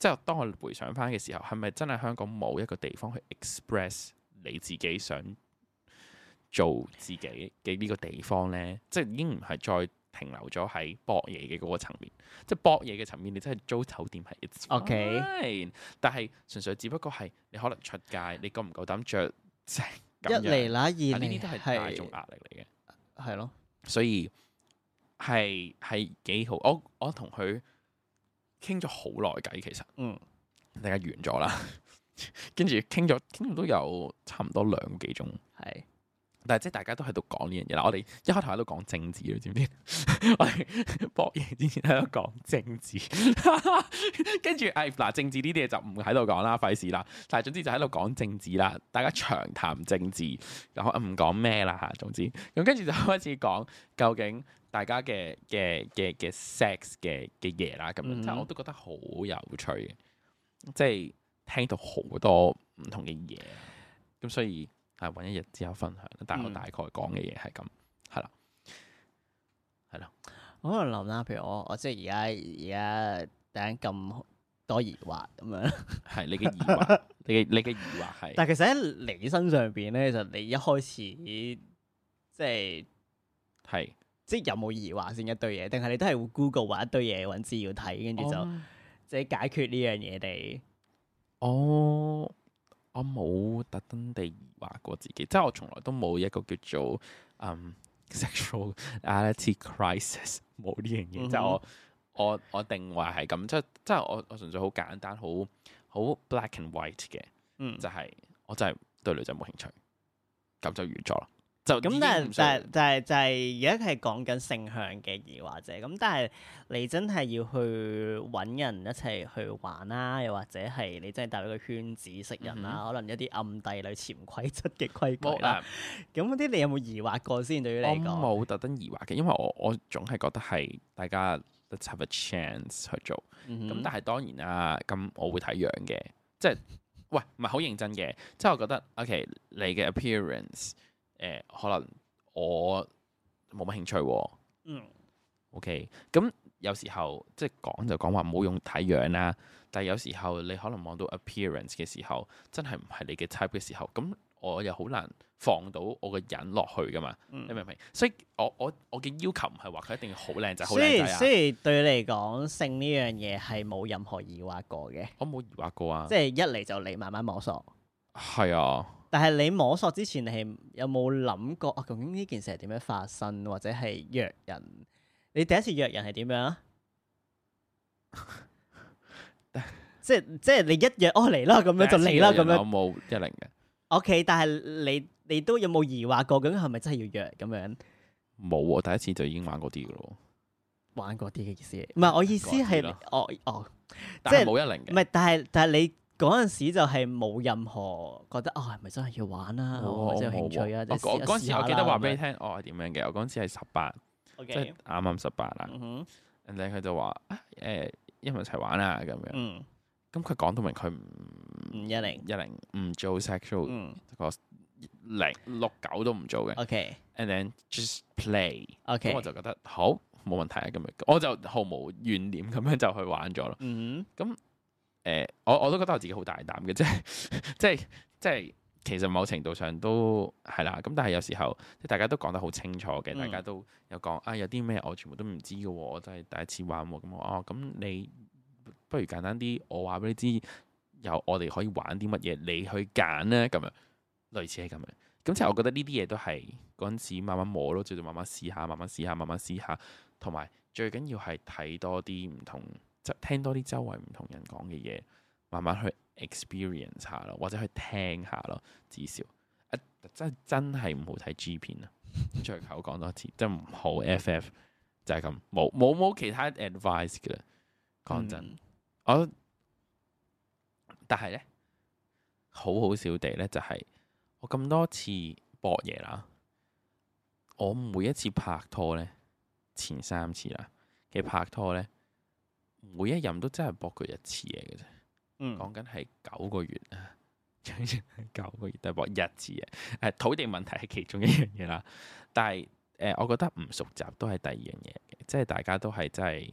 [SPEAKER 4] 即係當我回想翻嘅時候，係咪真係香港冇一個地方去 express 你自己想做自己嘅呢個地方呢？即係已經唔係再停留咗喺博嘢嘅嗰個層面，即係博嘢嘅層面，你真係租酒店係 it's
[SPEAKER 3] OK
[SPEAKER 4] fine，但係純粹只不過係你可能出街，你夠唔夠膽着 [LAUGHS] 成
[SPEAKER 3] 一
[SPEAKER 4] 咁
[SPEAKER 3] 嚟
[SPEAKER 4] 樣？
[SPEAKER 3] 啦，二
[SPEAKER 4] 但呢啲
[SPEAKER 3] 嚟
[SPEAKER 4] 都係大眾
[SPEAKER 3] 係
[SPEAKER 4] 壓力嚟嘅。
[SPEAKER 3] 係咯，
[SPEAKER 4] 所以係係幾好。我我同佢傾咗好耐偈，其實，
[SPEAKER 3] 嗯，
[SPEAKER 4] 大家完咗啦，跟住傾咗傾咗都有差唔多兩個幾鐘。
[SPEAKER 3] 係
[SPEAKER 4] 但係即係大家都喺度講呢樣嘢啦，我哋一開頭喺度講政治，你知唔知？ [LAUGHS] 我哋博嘢之前喺度講政治， [LAUGHS] 跟住誒嗱政治呢啲嘢就唔喺度講啦，費事啦。但係總之就喺度講政治啦，大家長談政治，然後唔講咩啦嚇。總之咁跟住就開始講究竟大家嘅嘅嘅嘅 sex 嘅嘅嘢啦，咁樣、
[SPEAKER 3] 嗯
[SPEAKER 4] 即係我都覺得好有趣嘅，即係聽到好多唔同嘅嘢，咁所以。係揾一日之後分享，但係我
[SPEAKER 3] 嗯
[SPEAKER 4] 大概講嘅嘢係咁，係啦，係咯，
[SPEAKER 3] 我可能諗啦，譬如我我即係而家而家突然間咁多疑惑咁樣，
[SPEAKER 4] 係你嘅疑
[SPEAKER 3] [LAUGHS]
[SPEAKER 4] 惑，你嘅你嘅疑惑係，
[SPEAKER 3] 但係其實喺你身上邊咧，其實你一開始即係
[SPEAKER 4] 係
[SPEAKER 3] 即係有冇疑惑先一堆嘢，定係你都係會 Google 揾一堆嘢揾資料睇，跟住就即係解決呢樣嘢哋。
[SPEAKER 4] 我我冇特登地疑惑過自己，即係我從來都冇一個叫做嗯 [LAUGHS] sexuality crisis 冇呢樣嘢，
[SPEAKER 3] 嗯哼
[SPEAKER 4] 即係我我我定位係咁，即係即係我我純粹好簡單，好好 black and white 嘅，
[SPEAKER 3] 嗯，
[SPEAKER 4] 就係我真係對女仔冇興趣，咁就完咗啦。就已
[SPEAKER 3] 咁
[SPEAKER 4] 經
[SPEAKER 3] 但
[SPEAKER 4] 唔
[SPEAKER 3] 係
[SPEAKER 4] 需要
[SPEAKER 3] 但係但係就係而家係講緊性向嘅疑惑啫。咁但係你真係要去揾人一齊去玩啦，又或者係你真係踏入一個圈子識人啦，可能一啲暗地裏潛規則嘅規
[SPEAKER 4] 冇
[SPEAKER 3] 矩啦
[SPEAKER 4] 嗱。
[SPEAKER 3] 咁嗰啲你有冇疑惑過先？對於你
[SPEAKER 4] 我
[SPEAKER 3] 嚟講，
[SPEAKER 4] 冇特登疑惑嘅，因為我我總係覺得係大家 let's have a chance 去做。咁、
[SPEAKER 3] 咁
[SPEAKER 4] 但係當然啦，咁我會睇樣嘅，即係喂唔係好認真嘅，即係我覺得 OK 你嘅 appearance 誒、可能我冇乜興趣喎、
[SPEAKER 3] 嗯
[SPEAKER 4] OK，咁有時候即係講就講話唔好用睇樣啦，但係有時候你可能望到 appearance 嘅時候，真係唔係你嘅 type 嘅時候，咁我又好難放到我個人落去噶嘛，
[SPEAKER 3] 嗯
[SPEAKER 4] 你明唔明？所以我我我嘅要求唔係話佢一定要好靚仔、好
[SPEAKER 3] 所
[SPEAKER 4] 靚
[SPEAKER 3] 以
[SPEAKER 4] 仔
[SPEAKER 3] 所
[SPEAKER 4] 啊，
[SPEAKER 3] 以對你嚟講，性呢樣嘢係冇任何疑惑過嘅，
[SPEAKER 4] 我冇疑惑過啊
[SPEAKER 3] 即，係一嚟就你慢慢摸索。
[SPEAKER 4] 係啊，
[SPEAKER 3] 但係你摸索之前，你係有冇諗過啊？究竟呢件事係點樣發生，或者係約人？你第一次約人係點樣
[SPEAKER 4] [LAUGHS]
[SPEAKER 3] 啊？即係即係你一約哦嚟啦咁樣就嚟啦咁
[SPEAKER 4] 第一次有人我
[SPEAKER 3] 樣。
[SPEAKER 4] 冇一零嘅，
[SPEAKER 3] O、k 但係你你都有冇疑惑過？究竟係咪真係要約咁樣
[SPEAKER 4] 冇喎，第一次就已經玩嗰啲嘅咯，
[SPEAKER 3] 玩嗰啲嘅意思？唔係我意思係
[SPEAKER 4] 嗰啲咯
[SPEAKER 3] 哦哦，
[SPEAKER 4] 但係
[SPEAKER 3] 即係
[SPEAKER 4] 冇一零
[SPEAKER 3] 唔
[SPEAKER 4] 嘅，
[SPEAKER 3] 係，但係但係你嗰陣時就係冇任何覺得哦，係咪真係要玩啊？
[SPEAKER 4] 冇啊
[SPEAKER 3] 我真係有
[SPEAKER 4] 我
[SPEAKER 3] 興趣啊！
[SPEAKER 4] 冇喎我嗰嗰陣時我記得話俾你聽，哦我係點樣嘅，我嗰陣時係十八，
[SPEAKER 3] 你
[SPEAKER 4] 即係啊啱啱十八啦。
[SPEAKER 3] 嗯哼
[SPEAKER 4] 人哋佢就話啊誒，一齊一齊玩啊咁樣。
[SPEAKER 3] 嗯
[SPEAKER 4] 咁佢講到明佢唔
[SPEAKER 3] 五一
[SPEAKER 4] 嗯
[SPEAKER 3] 零
[SPEAKER 4] 一零唔做 sexual
[SPEAKER 3] 嗯。
[SPEAKER 4] 個零六九都唔做嘅
[SPEAKER 3] OK
[SPEAKER 4] ，and then just play。
[SPEAKER 3] OK，
[SPEAKER 4] 咁我就覺得好冇問題啊，咁樣我就毫無怨念咁樣就去玩咗咯。
[SPEAKER 3] 嗯
[SPEAKER 4] 誒、呃我我都覺得我自己好大膽嘅，即係 [LAUGHS] 即係即係其實某程度上都係啦。咁但係有時候即係大家都講得好清楚嘅，
[SPEAKER 3] 嗯
[SPEAKER 4] 大家都有講啊，有啲咩我全部都唔知嘅喎，我真係第一次玩喎。咁我哦，咁你不如簡單啲，我話俾你知，有我哋可以玩啲乜嘢，你去揀咧咁樣，類似係咁樣。咁即係我覺得呢啲嘢都係嗰陣時慢慢摸咯，最到慢慢試下，慢慢試下，慢慢試下，同埋最緊要係睇多啲唔同，即係聽多啲周圍唔同人講嘅嘢，慢慢去 experience 下咯，或者去聽下咯，至少啊真真係唔好睇 G 片啊！最口講多次，真唔好 FF 就係咁，冇冇冇其他 advice 嘅啦。講真，
[SPEAKER 3] 嗯
[SPEAKER 4] 我但係咧，好好笑地咧，就係、我咁多次搏嘢啦，我每一次拍拖咧，前三次啦嘅拍拖咧，每一任都真係搏佢一次嘢嘅啫。
[SPEAKER 3] 嗯
[SPEAKER 4] 講緊係九個月啊， [LAUGHS] 九個月都係搏一次嘅。誒、土地問題係其中一樣嘢啦，但係誒、我覺得唔熟習都係第二樣嘢嘅，即係大家都係真係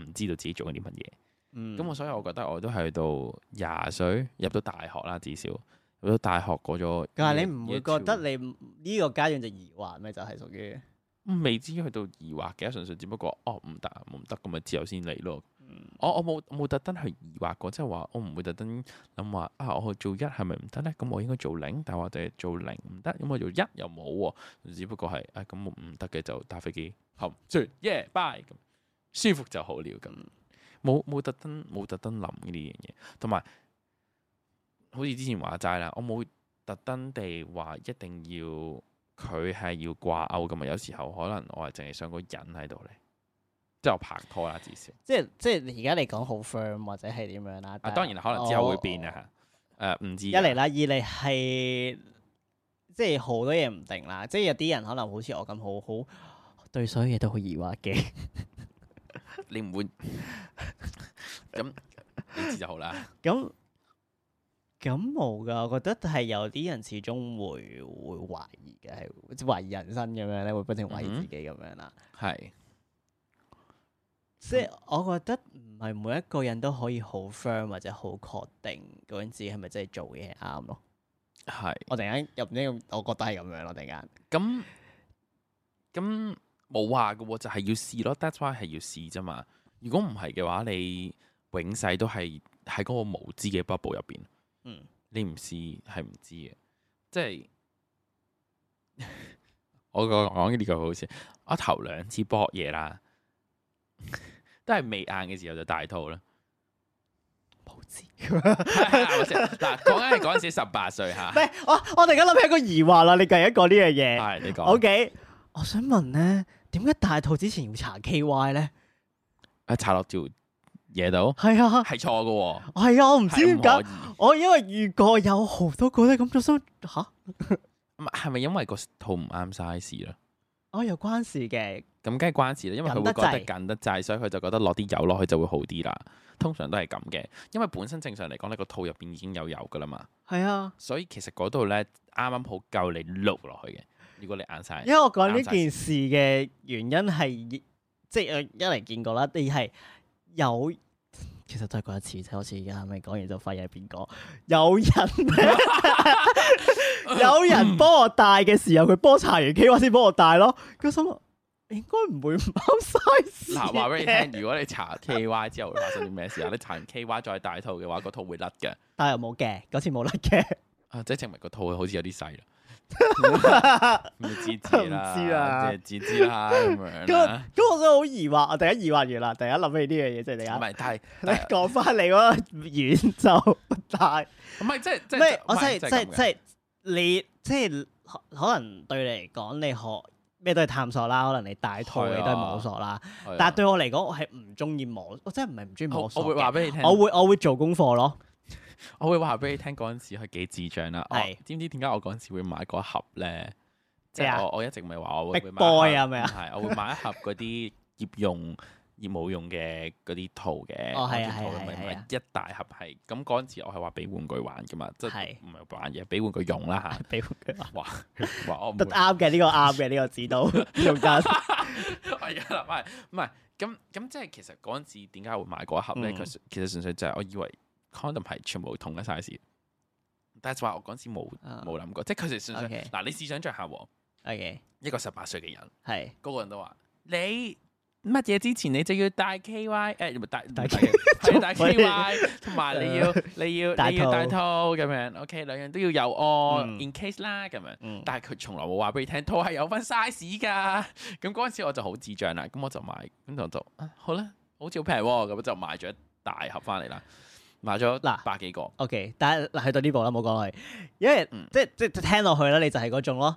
[SPEAKER 4] 唔知道自己做緊啲乜嘢。
[SPEAKER 3] 嗯
[SPEAKER 4] 咁我所以我覺得我都係到廿歲入到大學啦，至少入到大學過咗 year-
[SPEAKER 3] 但係你唔會
[SPEAKER 4] year
[SPEAKER 3] 覺得
[SPEAKER 4] two
[SPEAKER 3] 你呢個階段就疑惑咩？就係屬於
[SPEAKER 4] 未知去到疑惑嘅，純粹只不過哦唔得啊唔得咁咪之後先嚟咯。我我冇我冇特登去疑惑過，即係話我唔會特登諗話啊，我做一係咪唔得咧？咁我應該做零，但係我哋做零唔得，咁我做一又冇喎。只不過係啊咁我唔得嘅就打飛機，好，算耶 bye 咁舒服就好了咁。冇冇特登冇特登諗呢樣嘢，同埋好似之前話齋啦，我冇特登地話一定要。佢係要掛鈎噶嘛，有時候可能我係淨係想個人喺度咧，即係我拍拖啦至少。
[SPEAKER 3] 即係即係而家你講好 firm 或者係點樣啦？
[SPEAKER 4] 啊，
[SPEAKER 3] 但係哦
[SPEAKER 4] 當然啦可能之後會變啊。誒唔、知
[SPEAKER 3] 一
[SPEAKER 4] 嘅
[SPEAKER 3] 嚟啦，二嚟係即係好多嘢唔定啦，即係有啲人可能好似我咁好好對所有嘢都好疑惑嘅， [LAUGHS]
[SPEAKER 4] 你唔會咁你知就好
[SPEAKER 3] [LAUGHS]
[SPEAKER 4] 啦。
[SPEAKER 3] 咁咁冇噶，我覺得係有啲人始終會會懷疑嘅，係即係懷疑人生咁樣咧，會不停懷疑自己咁樣啦。
[SPEAKER 4] 係
[SPEAKER 3] 即係我覺得唔係每一個人都可以好 firm 或者好確定究竟自己係咪真係做嘢啱咯。
[SPEAKER 4] 係
[SPEAKER 3] 我突然間入呢個，我覺得係咁樣咯，突然間。
[SPEAKER 4] 咁咁冇話嘅喎，就係要試咯。That's why 係要試啫嘛。如果唔係嘅話，你永世都係喺嗰個無知嘅 bubble 入邊。
[SPEAKER 3] 嗯，
[SPEAKER 4] 你唔試係唔知嘅，即係 [LAUGHS] 我講講呢句好似我頭兩次搏嘢啦， [LAUGHS] 都係未硬嘅時候就大肚啦。 [LAUGHS]
[SPEAKER 3] 冇 [LAUGHS] 知。
[SPEAKER 4] 我知嗱，講緊係嗰陣時十八歲嚇
[SPEAKER 3] 唔，係，我我突然間諗起一個疑惑啦，你第一講呢樣嘢。
[SPEAKER 4] 係你講。
[SPEAKER 3] O K，我想問咧，點解大肚之前要查 K Y 咧？
[SPEAKER 4] 啊，查落條嘢度
[SPEAKER 3] 係啊，
[SPEAKER 4] 係錯嘅喎，
[SPEAKER 3] 係啊，我唔知
[SPEAKER 4] 係
[SPEAKER 3] 點
[SPEAKER 4] 唔
[SPEAKER 3] 解
[SPEAKER 4] 可。以。
[SPEAKER 3] 我因為遇過有好多個咧咁做心吓，
[SPEAKER 4] 唔係係咪因為個肚唔啱 size 啦？
[SPEAKER 3] 我啊有關事嘅。
[SPEAKER 4] 咁梗係關事啦，因為佢會覺得緊得滯，所以佢就覺得落啲油落去就會好啲啦。通常都係咁嘅，因為本身正常嚟講，你個肚入邊已經有油噶啦嘛，
[SPEAKER 3] 係啊，
[SPEAKER 4] 所以其實嗰度咧啱啱好夠你碌落去嘅。如果你硬晒
[SPEAKER 3] 因，為我講呢件事嘅原因係，即係一嚟見過啦，二係有。其實都係嗰一次啫，好似而家係咪講完就發現係邊個？有
[SPEAKER 4] [LAUGHS]
[SPEAKER 3] 人咧有人幫我帶嘅時候，佢幫我查完 K Y 先幫我帶咯。佢心諗應該唔會唔啱 size
[SPEAKER 4] 嗱話俾
[SPEAKER 3] 嘅
[SPEAKER 4] 你
[SPEAKER 3] [LAUGHS]
[SPEAKER 4] 聽，如果你查 K Y 之後會發生啲咩事啊？你查完 K Y 再大肚嘅話，個肚會甩嘅。
[SPEAKER 3] 但係又冇嘅，嗰次冇甩嘅。
[SPEAKER 4] 啊，即係證明個肚好似有啲細啦。唔知知
[SPEAKER 3] 唔 [LAUGHS] 知啊
[SPEAKER 4] 啦，
[SPEAKER 3] 啦
[SPEAKER 4] 即係知知啦咁樣
[SPEAKER 3] 咁
[SPEAKER 4] 啦。
[SPEAKER 3] 咁，我真係好疑惑。我第一疑惑完啦，第一諗起呢樣嘢，即係第
[SPEAKER 4] 唔
[SPEAKER 3] 一。
[SPEAKER 4] 係，但係
[SPEAKER 3] 你
[SPEAKER 4] 但係
[SPEAKER 3] [LAUGHS] 講翻你嗰個宇宙大，
[SPEAKER 4] 唔係即係即
[SPEAKER 3] 唔
[SPEAKER 4] 係
[SPEAKER 3] 係我
[SPEAKER 4] 唔
[SPEAKER 3] 真
[SPEAKER 4] 係
[SPEAKER 3] 係
[SPEAKER 4] 係
[SPEAKER 3] 真係
[SPEAKER 4] 咁嘅
[SPEAKER 3] 真係你即係可可能對你嚟講，你學咩都係探索啦，可能你大套
[SPEAKER 4] 係啊
[SPEAKER 3] 你都係摸索啦。
[SPEAKER 4] 係啊
[SPEAKER 3] 但係對我嚟講，我係唔中意摸，我真係唔係唔中意摸
[SPEAKER 4] 我
[SPEAKER 3] 索
[SPEAKER 4] 我會
[SPEAKER 3] 嘅
[SPEAKER 4] 話俾你聽，
[SPEAKER 3] 啊我會我會做功
[SPEAKER 4] [LAUGHS]
[SPEAKER 3] 課咯。
[SPEAKER 4] 我會話俾你聽嗰陣時係幾智障啦。我哦
[SPEAKER 3] 係
[SPEAKER 4] 知唔知點解我嗰陣時會買嗰盒咧？即
[SPEAKER 3] 咩啊
[SPEAKER 4] 係我我一直咪話我會會
[SPEAKER 3] Big
[SPEAKER 4] 買一盒
[SPEAKER 3] Boy 啊咩啊
[SPEAKER 4] 唔係，我會買一盒嗰啲業用 [LAUGHS] 業務用嘅嗰啲套嘅，
[SPEAKER 3] 哦係啊
[SPEAKER 4] 安全套
[SPEAKER 3] 係啊
[SPEAKER 4] 咪
[SPEAKER 3] 係啊係啊
[SPEAKER 4] 咪一大盒係。咁嗰陣時我係話俾玩具玩噶嘛，即係
[SPEAKER 3] 係
[SPEAKER 4] 唔係玩嘢，俾玩具用啦嚇。
[SPEAKER 3] 俾佢
[SPEAKER 4] [LAUGHS] 哇哇！我唔
[SPEAKER 3] [LAUGHS] 得
[SPEAKER 4] 會
[SPEAKER 3] 啱嘅呢個啱嘅呢個指導
[SPEAKER 4] [LAUGHS]
[SPEAKER 3] 用得
[SPEAKER 4] 我而家諗翻，唔 [LAUGHS] 係咁咁，即係其實嗰陣時點解會買嗰一盒咧？
[SPEAKER 2] 嗯
[SPEAKER 4] 佢、其實純粹就係我以為 condom 係全部同一 size，但係話我嗰陣時冇
[SPEAKER 3] [LAUGHS] 啊
[SPEAKER 4] 冇諗過，即係佢哋純粹
[SPEAKER 3] OK
[SPEAKER 4] 嗱，你試想像下喎，
[SPEAKER 3] ，OK
[SPEAKER 4] 一個十八歲嘅人，
[SPEAKER 3] 係
[SPEAKER 4] 個個人都話你乜嘢之前你就要戴 K Y，誒唔係戴
[SPEAKER 3] 戴
[SPEAKER 4] 戴嘅 [LAUGHS] 係戴
[SPEAKER 3] 做乜
[SPEAKER 4] K
[SPEAKER 3] 嘢
[SPEAKER 4] Y，同埋你
[SPEAKER 3] [LAUGHS]
[SPEAKER 4] 要你要
[SPEAKER 3] 戴
[SPEAKER 4] 你要戴
[SPEAKER 3] 套
[SPEAKER 4] 套咁樣，OK 兩樣都要有哦
[SPEAKER 3] 嗯
[SPEAKER 4] ，in case 啦咁樣。
[SPEAKER 3] 嗯
[SPEAKER 4] 但係佢從來冇話俾你聽，套係有分 size 㗎。 [LAUGHS] 咁嗰陣時我就好智障啦，咁我就買，咁就就啊好啦，好似好平喎，咁就買咗一大盒翻嚟啦，買咗
[SPEAKER 3] 嗱
[SPEAKER 4] 百幾個，
[SPEAKER 3] OK，但係嗱去到呢步啦，冇講落去，因為
[SPEAKER 4] 嗯
[SPEAKER 3] 即即即聽落去啦，你就係嗰種咯，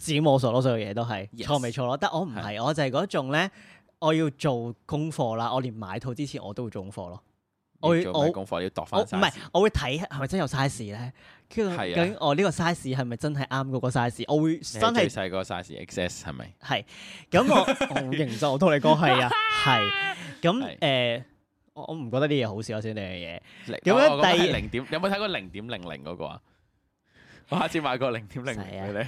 [SPEAKER 3] 指冇所攞所有嘢都係
[SPEAKER 4] Yes
[SPEAKER 3] 錯未錯咯，但我唔係，我就係嗰種咧，我要做功課啦，我連買套之前我都會做功課咯，我會
[SPEAKER 4] 要做
[SPEAKER 3] 我
[SPEAKER 4] 埋功課，要度
[SPEAKER 3] 我
[SPEAKER 4] 翻
[SPEAKER 3] 唔
[SPEAKER 4] size
[SPEAKER 3] 係。，我會睇係咪真有 size 咧？跟
[SPEAKER 4] 係
[SPEAKER 3] 住
[SPEAKER 4] 啊
[SPEAKER 3] 究竟我呢個 size 係咪真係啱嗰個 size？我會
[SPEAKER 4] 你
[SPEAKER 3] 真
[SPEAKER 4] 係最
[SPEAKER 3] 係
[SPEAKER 4] 細個 size XS 係咪？
[SPEAKER 3] 係咁
[SPEAKER 4] [LAUGHS]
[SPEAKER 3] 我我好認真，我同你講係啊，係咁
[SPEAKER 4] 係
[SPEAKER 3] 誒，我我唔覺得呢嘢好笑先呢樣嘢。
[SPEAKER 4] 咁
[SPEAKER 3] 樣第二
[SPEAKER 4] 零點，你有冇睇過零點零零嗰個啊？我下次買個零點零零俾你，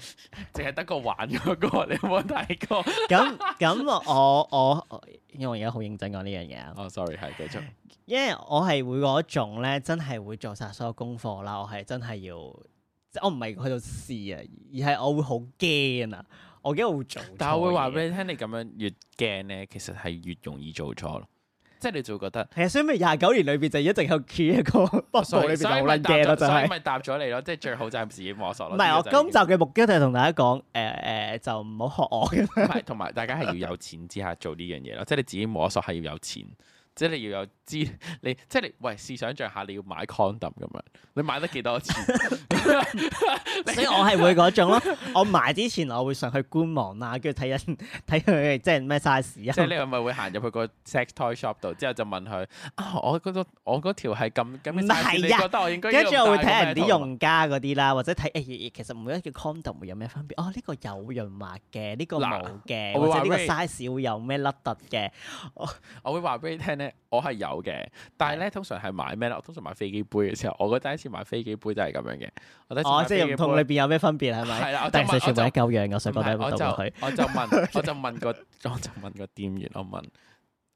[SPEAKER 4] [LAUGHS] 淨係得個玩嗰個，你有冇
[SPEAKER 3] [LAUGHS]
[SPEAKER 4] 睇過？
[SPEAKER 3] 咁咁我我我因為我而家好認真講呢樣嘢啊，
[SPEAKER 4] 哦，sorry，係繼續，
[SPEAKER 3] 因為我係會嗰種咧，真係會做晒所有功課啦，我係真係要，即我唔係去到試啊，而係我會好驚啊，我驚我會做錯嘢，
[SPEAKER 4] 但我會話俾你聽，你咁樣越驚咧，其實係越容易做錯咯。即係你就會覺得。
[SPEAKER 3] 係啊，所以咪廿九年裏邊就一直有 key 一個 [LAUGHS] 不
[SPEAKER 4] 所
[SPEAKER 3] 部裏
[SPEAKER 4] 以
[SPEAKER 3] 邊就
[SPEAKER 4] 所
[SPEAKER 3] 好
[SPEAKER 4] 以咪
[SPEAKER 3] 撚
[SPEAKER 4] 答
[SPEAKER 3] 驚咯，
[SPEAKER 4] 咗，
[SPEAKER 3] 就
[SPEAKER 4] 所以
[SPEAKER 3] 係。
[SPEAKER 4] 咪答咗你咯，即係最好就係自己摸索咯。
[SPEAKER 3] 唔係，我
[SPEAKER 4] 呢個就係
[SPEAKER 3] 今集嘅目標就係同大家講，誒誒，就唔好學我
[SPEAKER 4] [LAUGHS]
[SPEAKER 3] 嘅。
[SPEAKER 4] 唔係同埋大家係要有錢之下做呢樣嘢咯，即係你自己摸索係要有錢，即係你要有知 [LAUGHS] 你即係你喂試想像下你要買 condom 咁樣，你買得幾多
[SPEAKER 3] [LAUGHS]
[SPEAKER 4] 錢？
[SPEAKER 3] 所以我係會嗰種咯，我買之前我會上去觀望啦，跟住睇人睇佢即係咩 size
[SPEAKER 4] 即係
[SPEAKER 3] 啊。
[SPEAKER 4] 你係咪會行入去個 sex toy shop 度之後就問佢啊？我嗰個我嗰條係咁咁嘅
[SPEAKER 3] 唔
[SPEAKER 4] size，你
[SPEAKER 3] 係啊
[SPEAKER 4] 覺得我應該
[SPEAKER 3] 跟住我
[SPEAKER 4] 要
[SPEAKER 3] 會
[SPEAKER 4] 戴
[SPEAKER 3] 睇
[SPEAKER 4] 咩
[SPEAKER 3] 人啲
[SPEAKER 4] 套
[SPEAKER 3] 用家嗰啲啦，或者睇誒其實每一個 condom 會有咩分別？哦，呢個有潤滑嘅，呢個
[SPEAKER 4] 嗱
[SPEAKER 3] 冇嘅，
[SPEAKER 4] 我會話
[SPEAKER 3] 或者呢個
[SPEAKER 4] 俾你
[SPEAKER 3] size 會有咩甩突嘅？
[SPEAKER 4] 我會話俾你聽咧，我係有嘅，但係咧通常係買咩咧？我通常買飛機杯嘅時候，我覺得第一次買飛機杯都係咁樣嘅。我第一次
[SPEAKER 3] 哦
[SPEAKER 4] 買，
[SPEAKER 3] 即
[SPEAKER 4] 飛機
[SPEAKER 3] 係唔
[SPEAKER 4] 杯
[SPEAKER 3] 同裏邊有咩分別係咪？
[SPEAKER 4] 係啦，我就
[SPEAKER 3] 但係其
[SPEAKER 4] 問
[SPEAKER 3] 實全部
[SPEAKER 4] 我
[SPEAKER 3] 一
[SPEAKER 4] 就
[SPEAKER 3] 嚿樣嘅，所
[SPEAKER 4] 唔
[SPEAKER 3] 以覺
[SPEAKER 4] 係
[SPEAKER 3] 得
[SPEAKER 4] 我
[SPEAKER 3] 會
[SPEAKER 4] 就
[SPEAKER 3] 到佢。
[SPEAKER 4] 我就
[SPEAKER 3] [LAUGHS]
[SPEAKER 4] 問，我就問個，我就問個店員，我問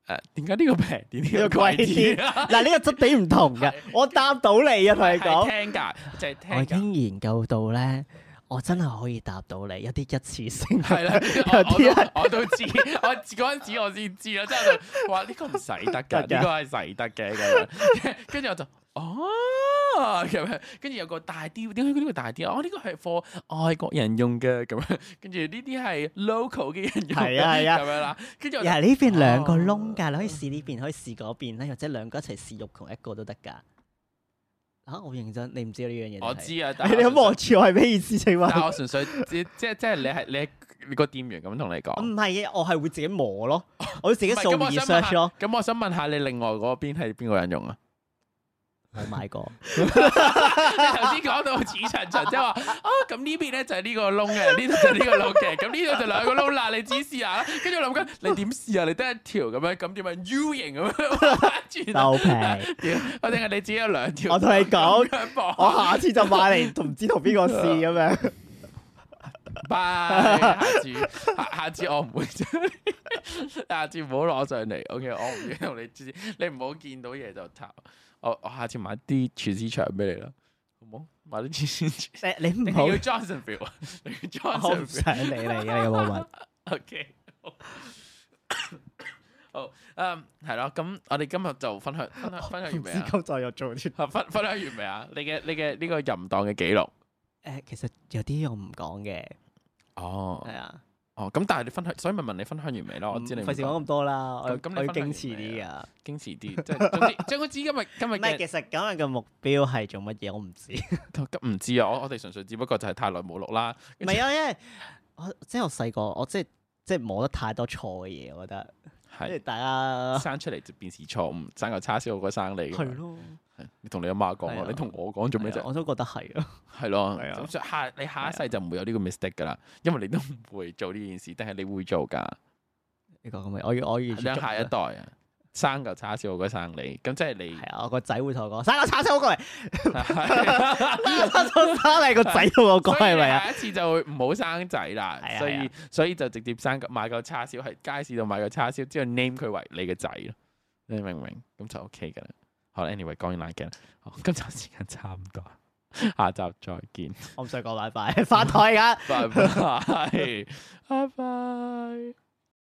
[SPEAKER 4] 誒點解呢個
[SPEAKER 3] [LAUGHS]
[SPEAKER 4] 平啲，呢個貴 [LAUGHS] 啲啊？
[SPEAKER 3] 嗱，呢個質地唔同嘅，我答到你啊！同你講。
[SPEAKER 4] 係聽㗎，就係
[SPEAKER 3] 我
[SPEAKER 4] 聽㗎。
[SPEAKER 3] 已經研究到咧，我真係可以答到你，有啲一次性
[SPEAKER 4] 係啦，
[SPEAKER 3] 有啲係
[SPEAKER 4] 我我都我都知， [LAUGHS] 我嗰陣時我先知啦，即係我就話呢個唔使得㗎，
[SPEAKER 3] 得㗎
[SPEAKER 4] 呢個係使得嘅咁樣， [LAUGHS] 跟住我就。哦，咁樣，跟住有個大啲，點解呢個大啲啊？哦，呢個係 for 外國人用嘅，咁樣，跟住呢啲係 local 嘅人用嘅，
[SPEAKER 3] 係啊係啊
[SPEAKER 4] 咁樣啦，跟住我就
[SPEAKER 3] 又係呢邊兩個窿
[SPEAKER 4] 哦
[SPEAKER 3] 㗎，你可以試呢邊，可以試嗰邊咧，或者兩個一齊試肉同一個都得㗎。嚇、我認真，你唔知呢樣嘢。
[SPEAKER 4] 我知啊，但
[SPEAKER 3] [LAUGHS] 你，你
[SPEAKER 4] 係
[SPEAKER 3] 咁望住我係咩意思？請
[SPEAKER 4] 但
[SPEAKER 3] 問？
[SPEAKER 4] 我純粹即 [LAUGHS] 即即係你係你係你個店員咁同你
[SPEAKER 3] 唔
[SPEAKER 4] 講，
[SPEAKER 3] 係嘅，我係會自己
[SPEAKER 4] [LAUGHS]
[SPEAKER 3] 摸咯，我會自己
[SPEAKER 4] 唔係
[SPEAKER 3] 掃
[SPEAKER 4] 咁我想問下
[SPEAKER 3] research 咯，
[SPEAKER 4] 咁我想問下你另外嗰邊係邊個人
[SPEAKER 3] [LAUGHS]
[SPEAKER 4] 用啊？
[SPEAKER 3] 冇
[SPEAKER 4] [LAUGHS]
[SPEAKER 3] 買過。
[SPEAKER 4] 你頭先講到似層層，即係話啊咁呢邊咧就係呢個窿
[SPEAKER 3] [LAUGHS]
[SPEAKER 4] 嘅，呢度就係呢個窿嘅，咁呢度就兩個窿啦，你自己試下啦。跟住我諗緊你點試啊？你得一條咁樣，咁點樣啊 U 型咁樣 [LAUGHS] 彎轉啊？
[SPEAKER 3] 鬥
[SPEAKER 4] [LAUGHS]
[SPEAKER 3] 皮，
[SPEAKER 4] 屌我定係你自己有兩條？
[SPEAKER 3] 我同你
[SPEAKER 4] [LAUGHS]
[SPEAKER 3] 講
[SPEAKER 4] 咁樣綁，
[SPEAKER 3] 我下次就買嚟，同唔知同邊個試咁
[SPEAKER 4] [LAUGHS]
[SPEAKER 3] 樣。
[SPEAKER 4] 拜，下次下下次我唔會將你，下次唔好攞上嚟。OK，我唔要同你知，你唔好見到嘢就投。我我下次買啲廚師腸俾你啦，好唔好？買啲廚師腸。
[SPEAKER 3] 你你
[SPEAKER 4] 你
[SPEAKER 3] 唔好
[SPEAKER 4] 要，Johnsonville 啊，你要
[SPEAKER 3] 我唔
[SPEAKER 4] Johnsonville。
[SPEAKER 3] 想理你嘅，有冇
[SPEAKER 4] [LAUGHS]
[SPEAKER 3] 問？
[SPEAKER 4] OK，好好，嗯，係咯。咁我哋今日就分享分享分享完
[SPEAKER 3] 唔
[SPEAKER 4] 未啊
[SPEAKER 3] 知今集又做啲
[SPEAKER 4] 啊？分分享完未啊？你嘅你嘅呢個淫蕩嘅記錄。
[SPEAKER 3] 誒，其實有啲我唔講嘅，
[SPEAKER 4] 哦
[SPEAKER 3] 係啊，
[SPEAKER 4] 哦，咁但係你分享，所以咪問你分享完未咯？我知你
[SPEAKER 3] 唔
[SPEAKER 4] 唔
[SPEAKER 3] 費事
[SPEAKER 4] 講
[SPEAKER 3] 講咁多啦，我
[SPEAKER 4] 咁咁你
[SPEAKER 3] 我要
[SPEAKER 4] 分享完
[SPEAKER 3] 矜持
[SPEAKER 4] 未
[SPEAKER 3] 啲
[SPEAKER 4] 啊
[SPEAKER 3] 啊。
[SPEAKER 4] 矜持啲， [LAUGHS] 即係
[SPEAKER 3] [LAUGHS]
[SPEAKER 4] 總之，總之今日今日
[SPEAKER 3] 唔係，其
[SPEAKER 4] 嘅
[SPEAKER 3] 實今日嘅目標係做乜嘢，我
[SPEAKER 4] [LAUGHS]
[SPEAKER 3] 唔知。唔
[SPEAKER 4] 咁唔知啊，我我哋純粹只不過就係太耐冇錄啦。
[SPEAKER 3] 係啊，因為我即係我細個，我即係即係摸得太多錯嘅嘢，我覺得，即係
[SPEAKER 4] 係
[SPEAKER 3] 大家
[SPEAKER 4] 生出嚟就便是錯誤，生個叉燒好過生你咁樣。
[SPEAKER 3] 係咯，
[SPEAKER 4] 你同你阿媽講
[SPEAKER 3] 係
[SPEAKER 4] 啊
[SPEAKER 3] 啊，
[SPEAKER 4] 你同我講做咩
[SPEAKER 3] 係啊
[SPEAKER 4] 啫？
[SPEAKER 3] 我都覺得係啊，
[SPEAKER 4] 係咯，
[SPEAKER 3] 係啊
[SPEAKER 4] 咁所以下你
[SPEAKER 3] [LAUGHS]
[SPEAKER 4] 下一世就唔會有呢個 mistake 噶啦，因為你都唔會做呢件事，但係你會做噶。
[SPEAKER 3] 呢個咁嘅，我要我要
[SPEAKER 4] 你下一代啊，生嚿叉燒好過生你，咁即係
[SPEAKER 3] [LAUGHS]
[SPEAKER 4] 你 [LAUGHS]
[SPEAKER 3] 系啊，我個仔會同我講，生個叉燒好過嚟，生個叉燒你個仔好過我講係咪啊？
[SPEAKER 4] 下一次就會唔好生仔啦
[SPEAKER 3] 係，啊
[SPEAKER 4] 所
[SPEAKER 3] 係
[SPEAKER 4] 以
[SPEAKER 3] 啊
[SPEAKER 4] 所以就直接生個買個叉燒喺街市度買個叉燒，之後 name 佢為你嘅仔咯，你明唔明？咁就 OK 噶啦。好啦，anyway 講完冷鏡啦，好，今集時間差唔多，下集再見，
[SPEAKER 3] [LAUGHS]
[SPEAKER 4] [LAUGHS]
[SPEAKER 3] 我唔想講拜拜，翻台㗎。
[SPEAKER 4] 拜拜，拜拜。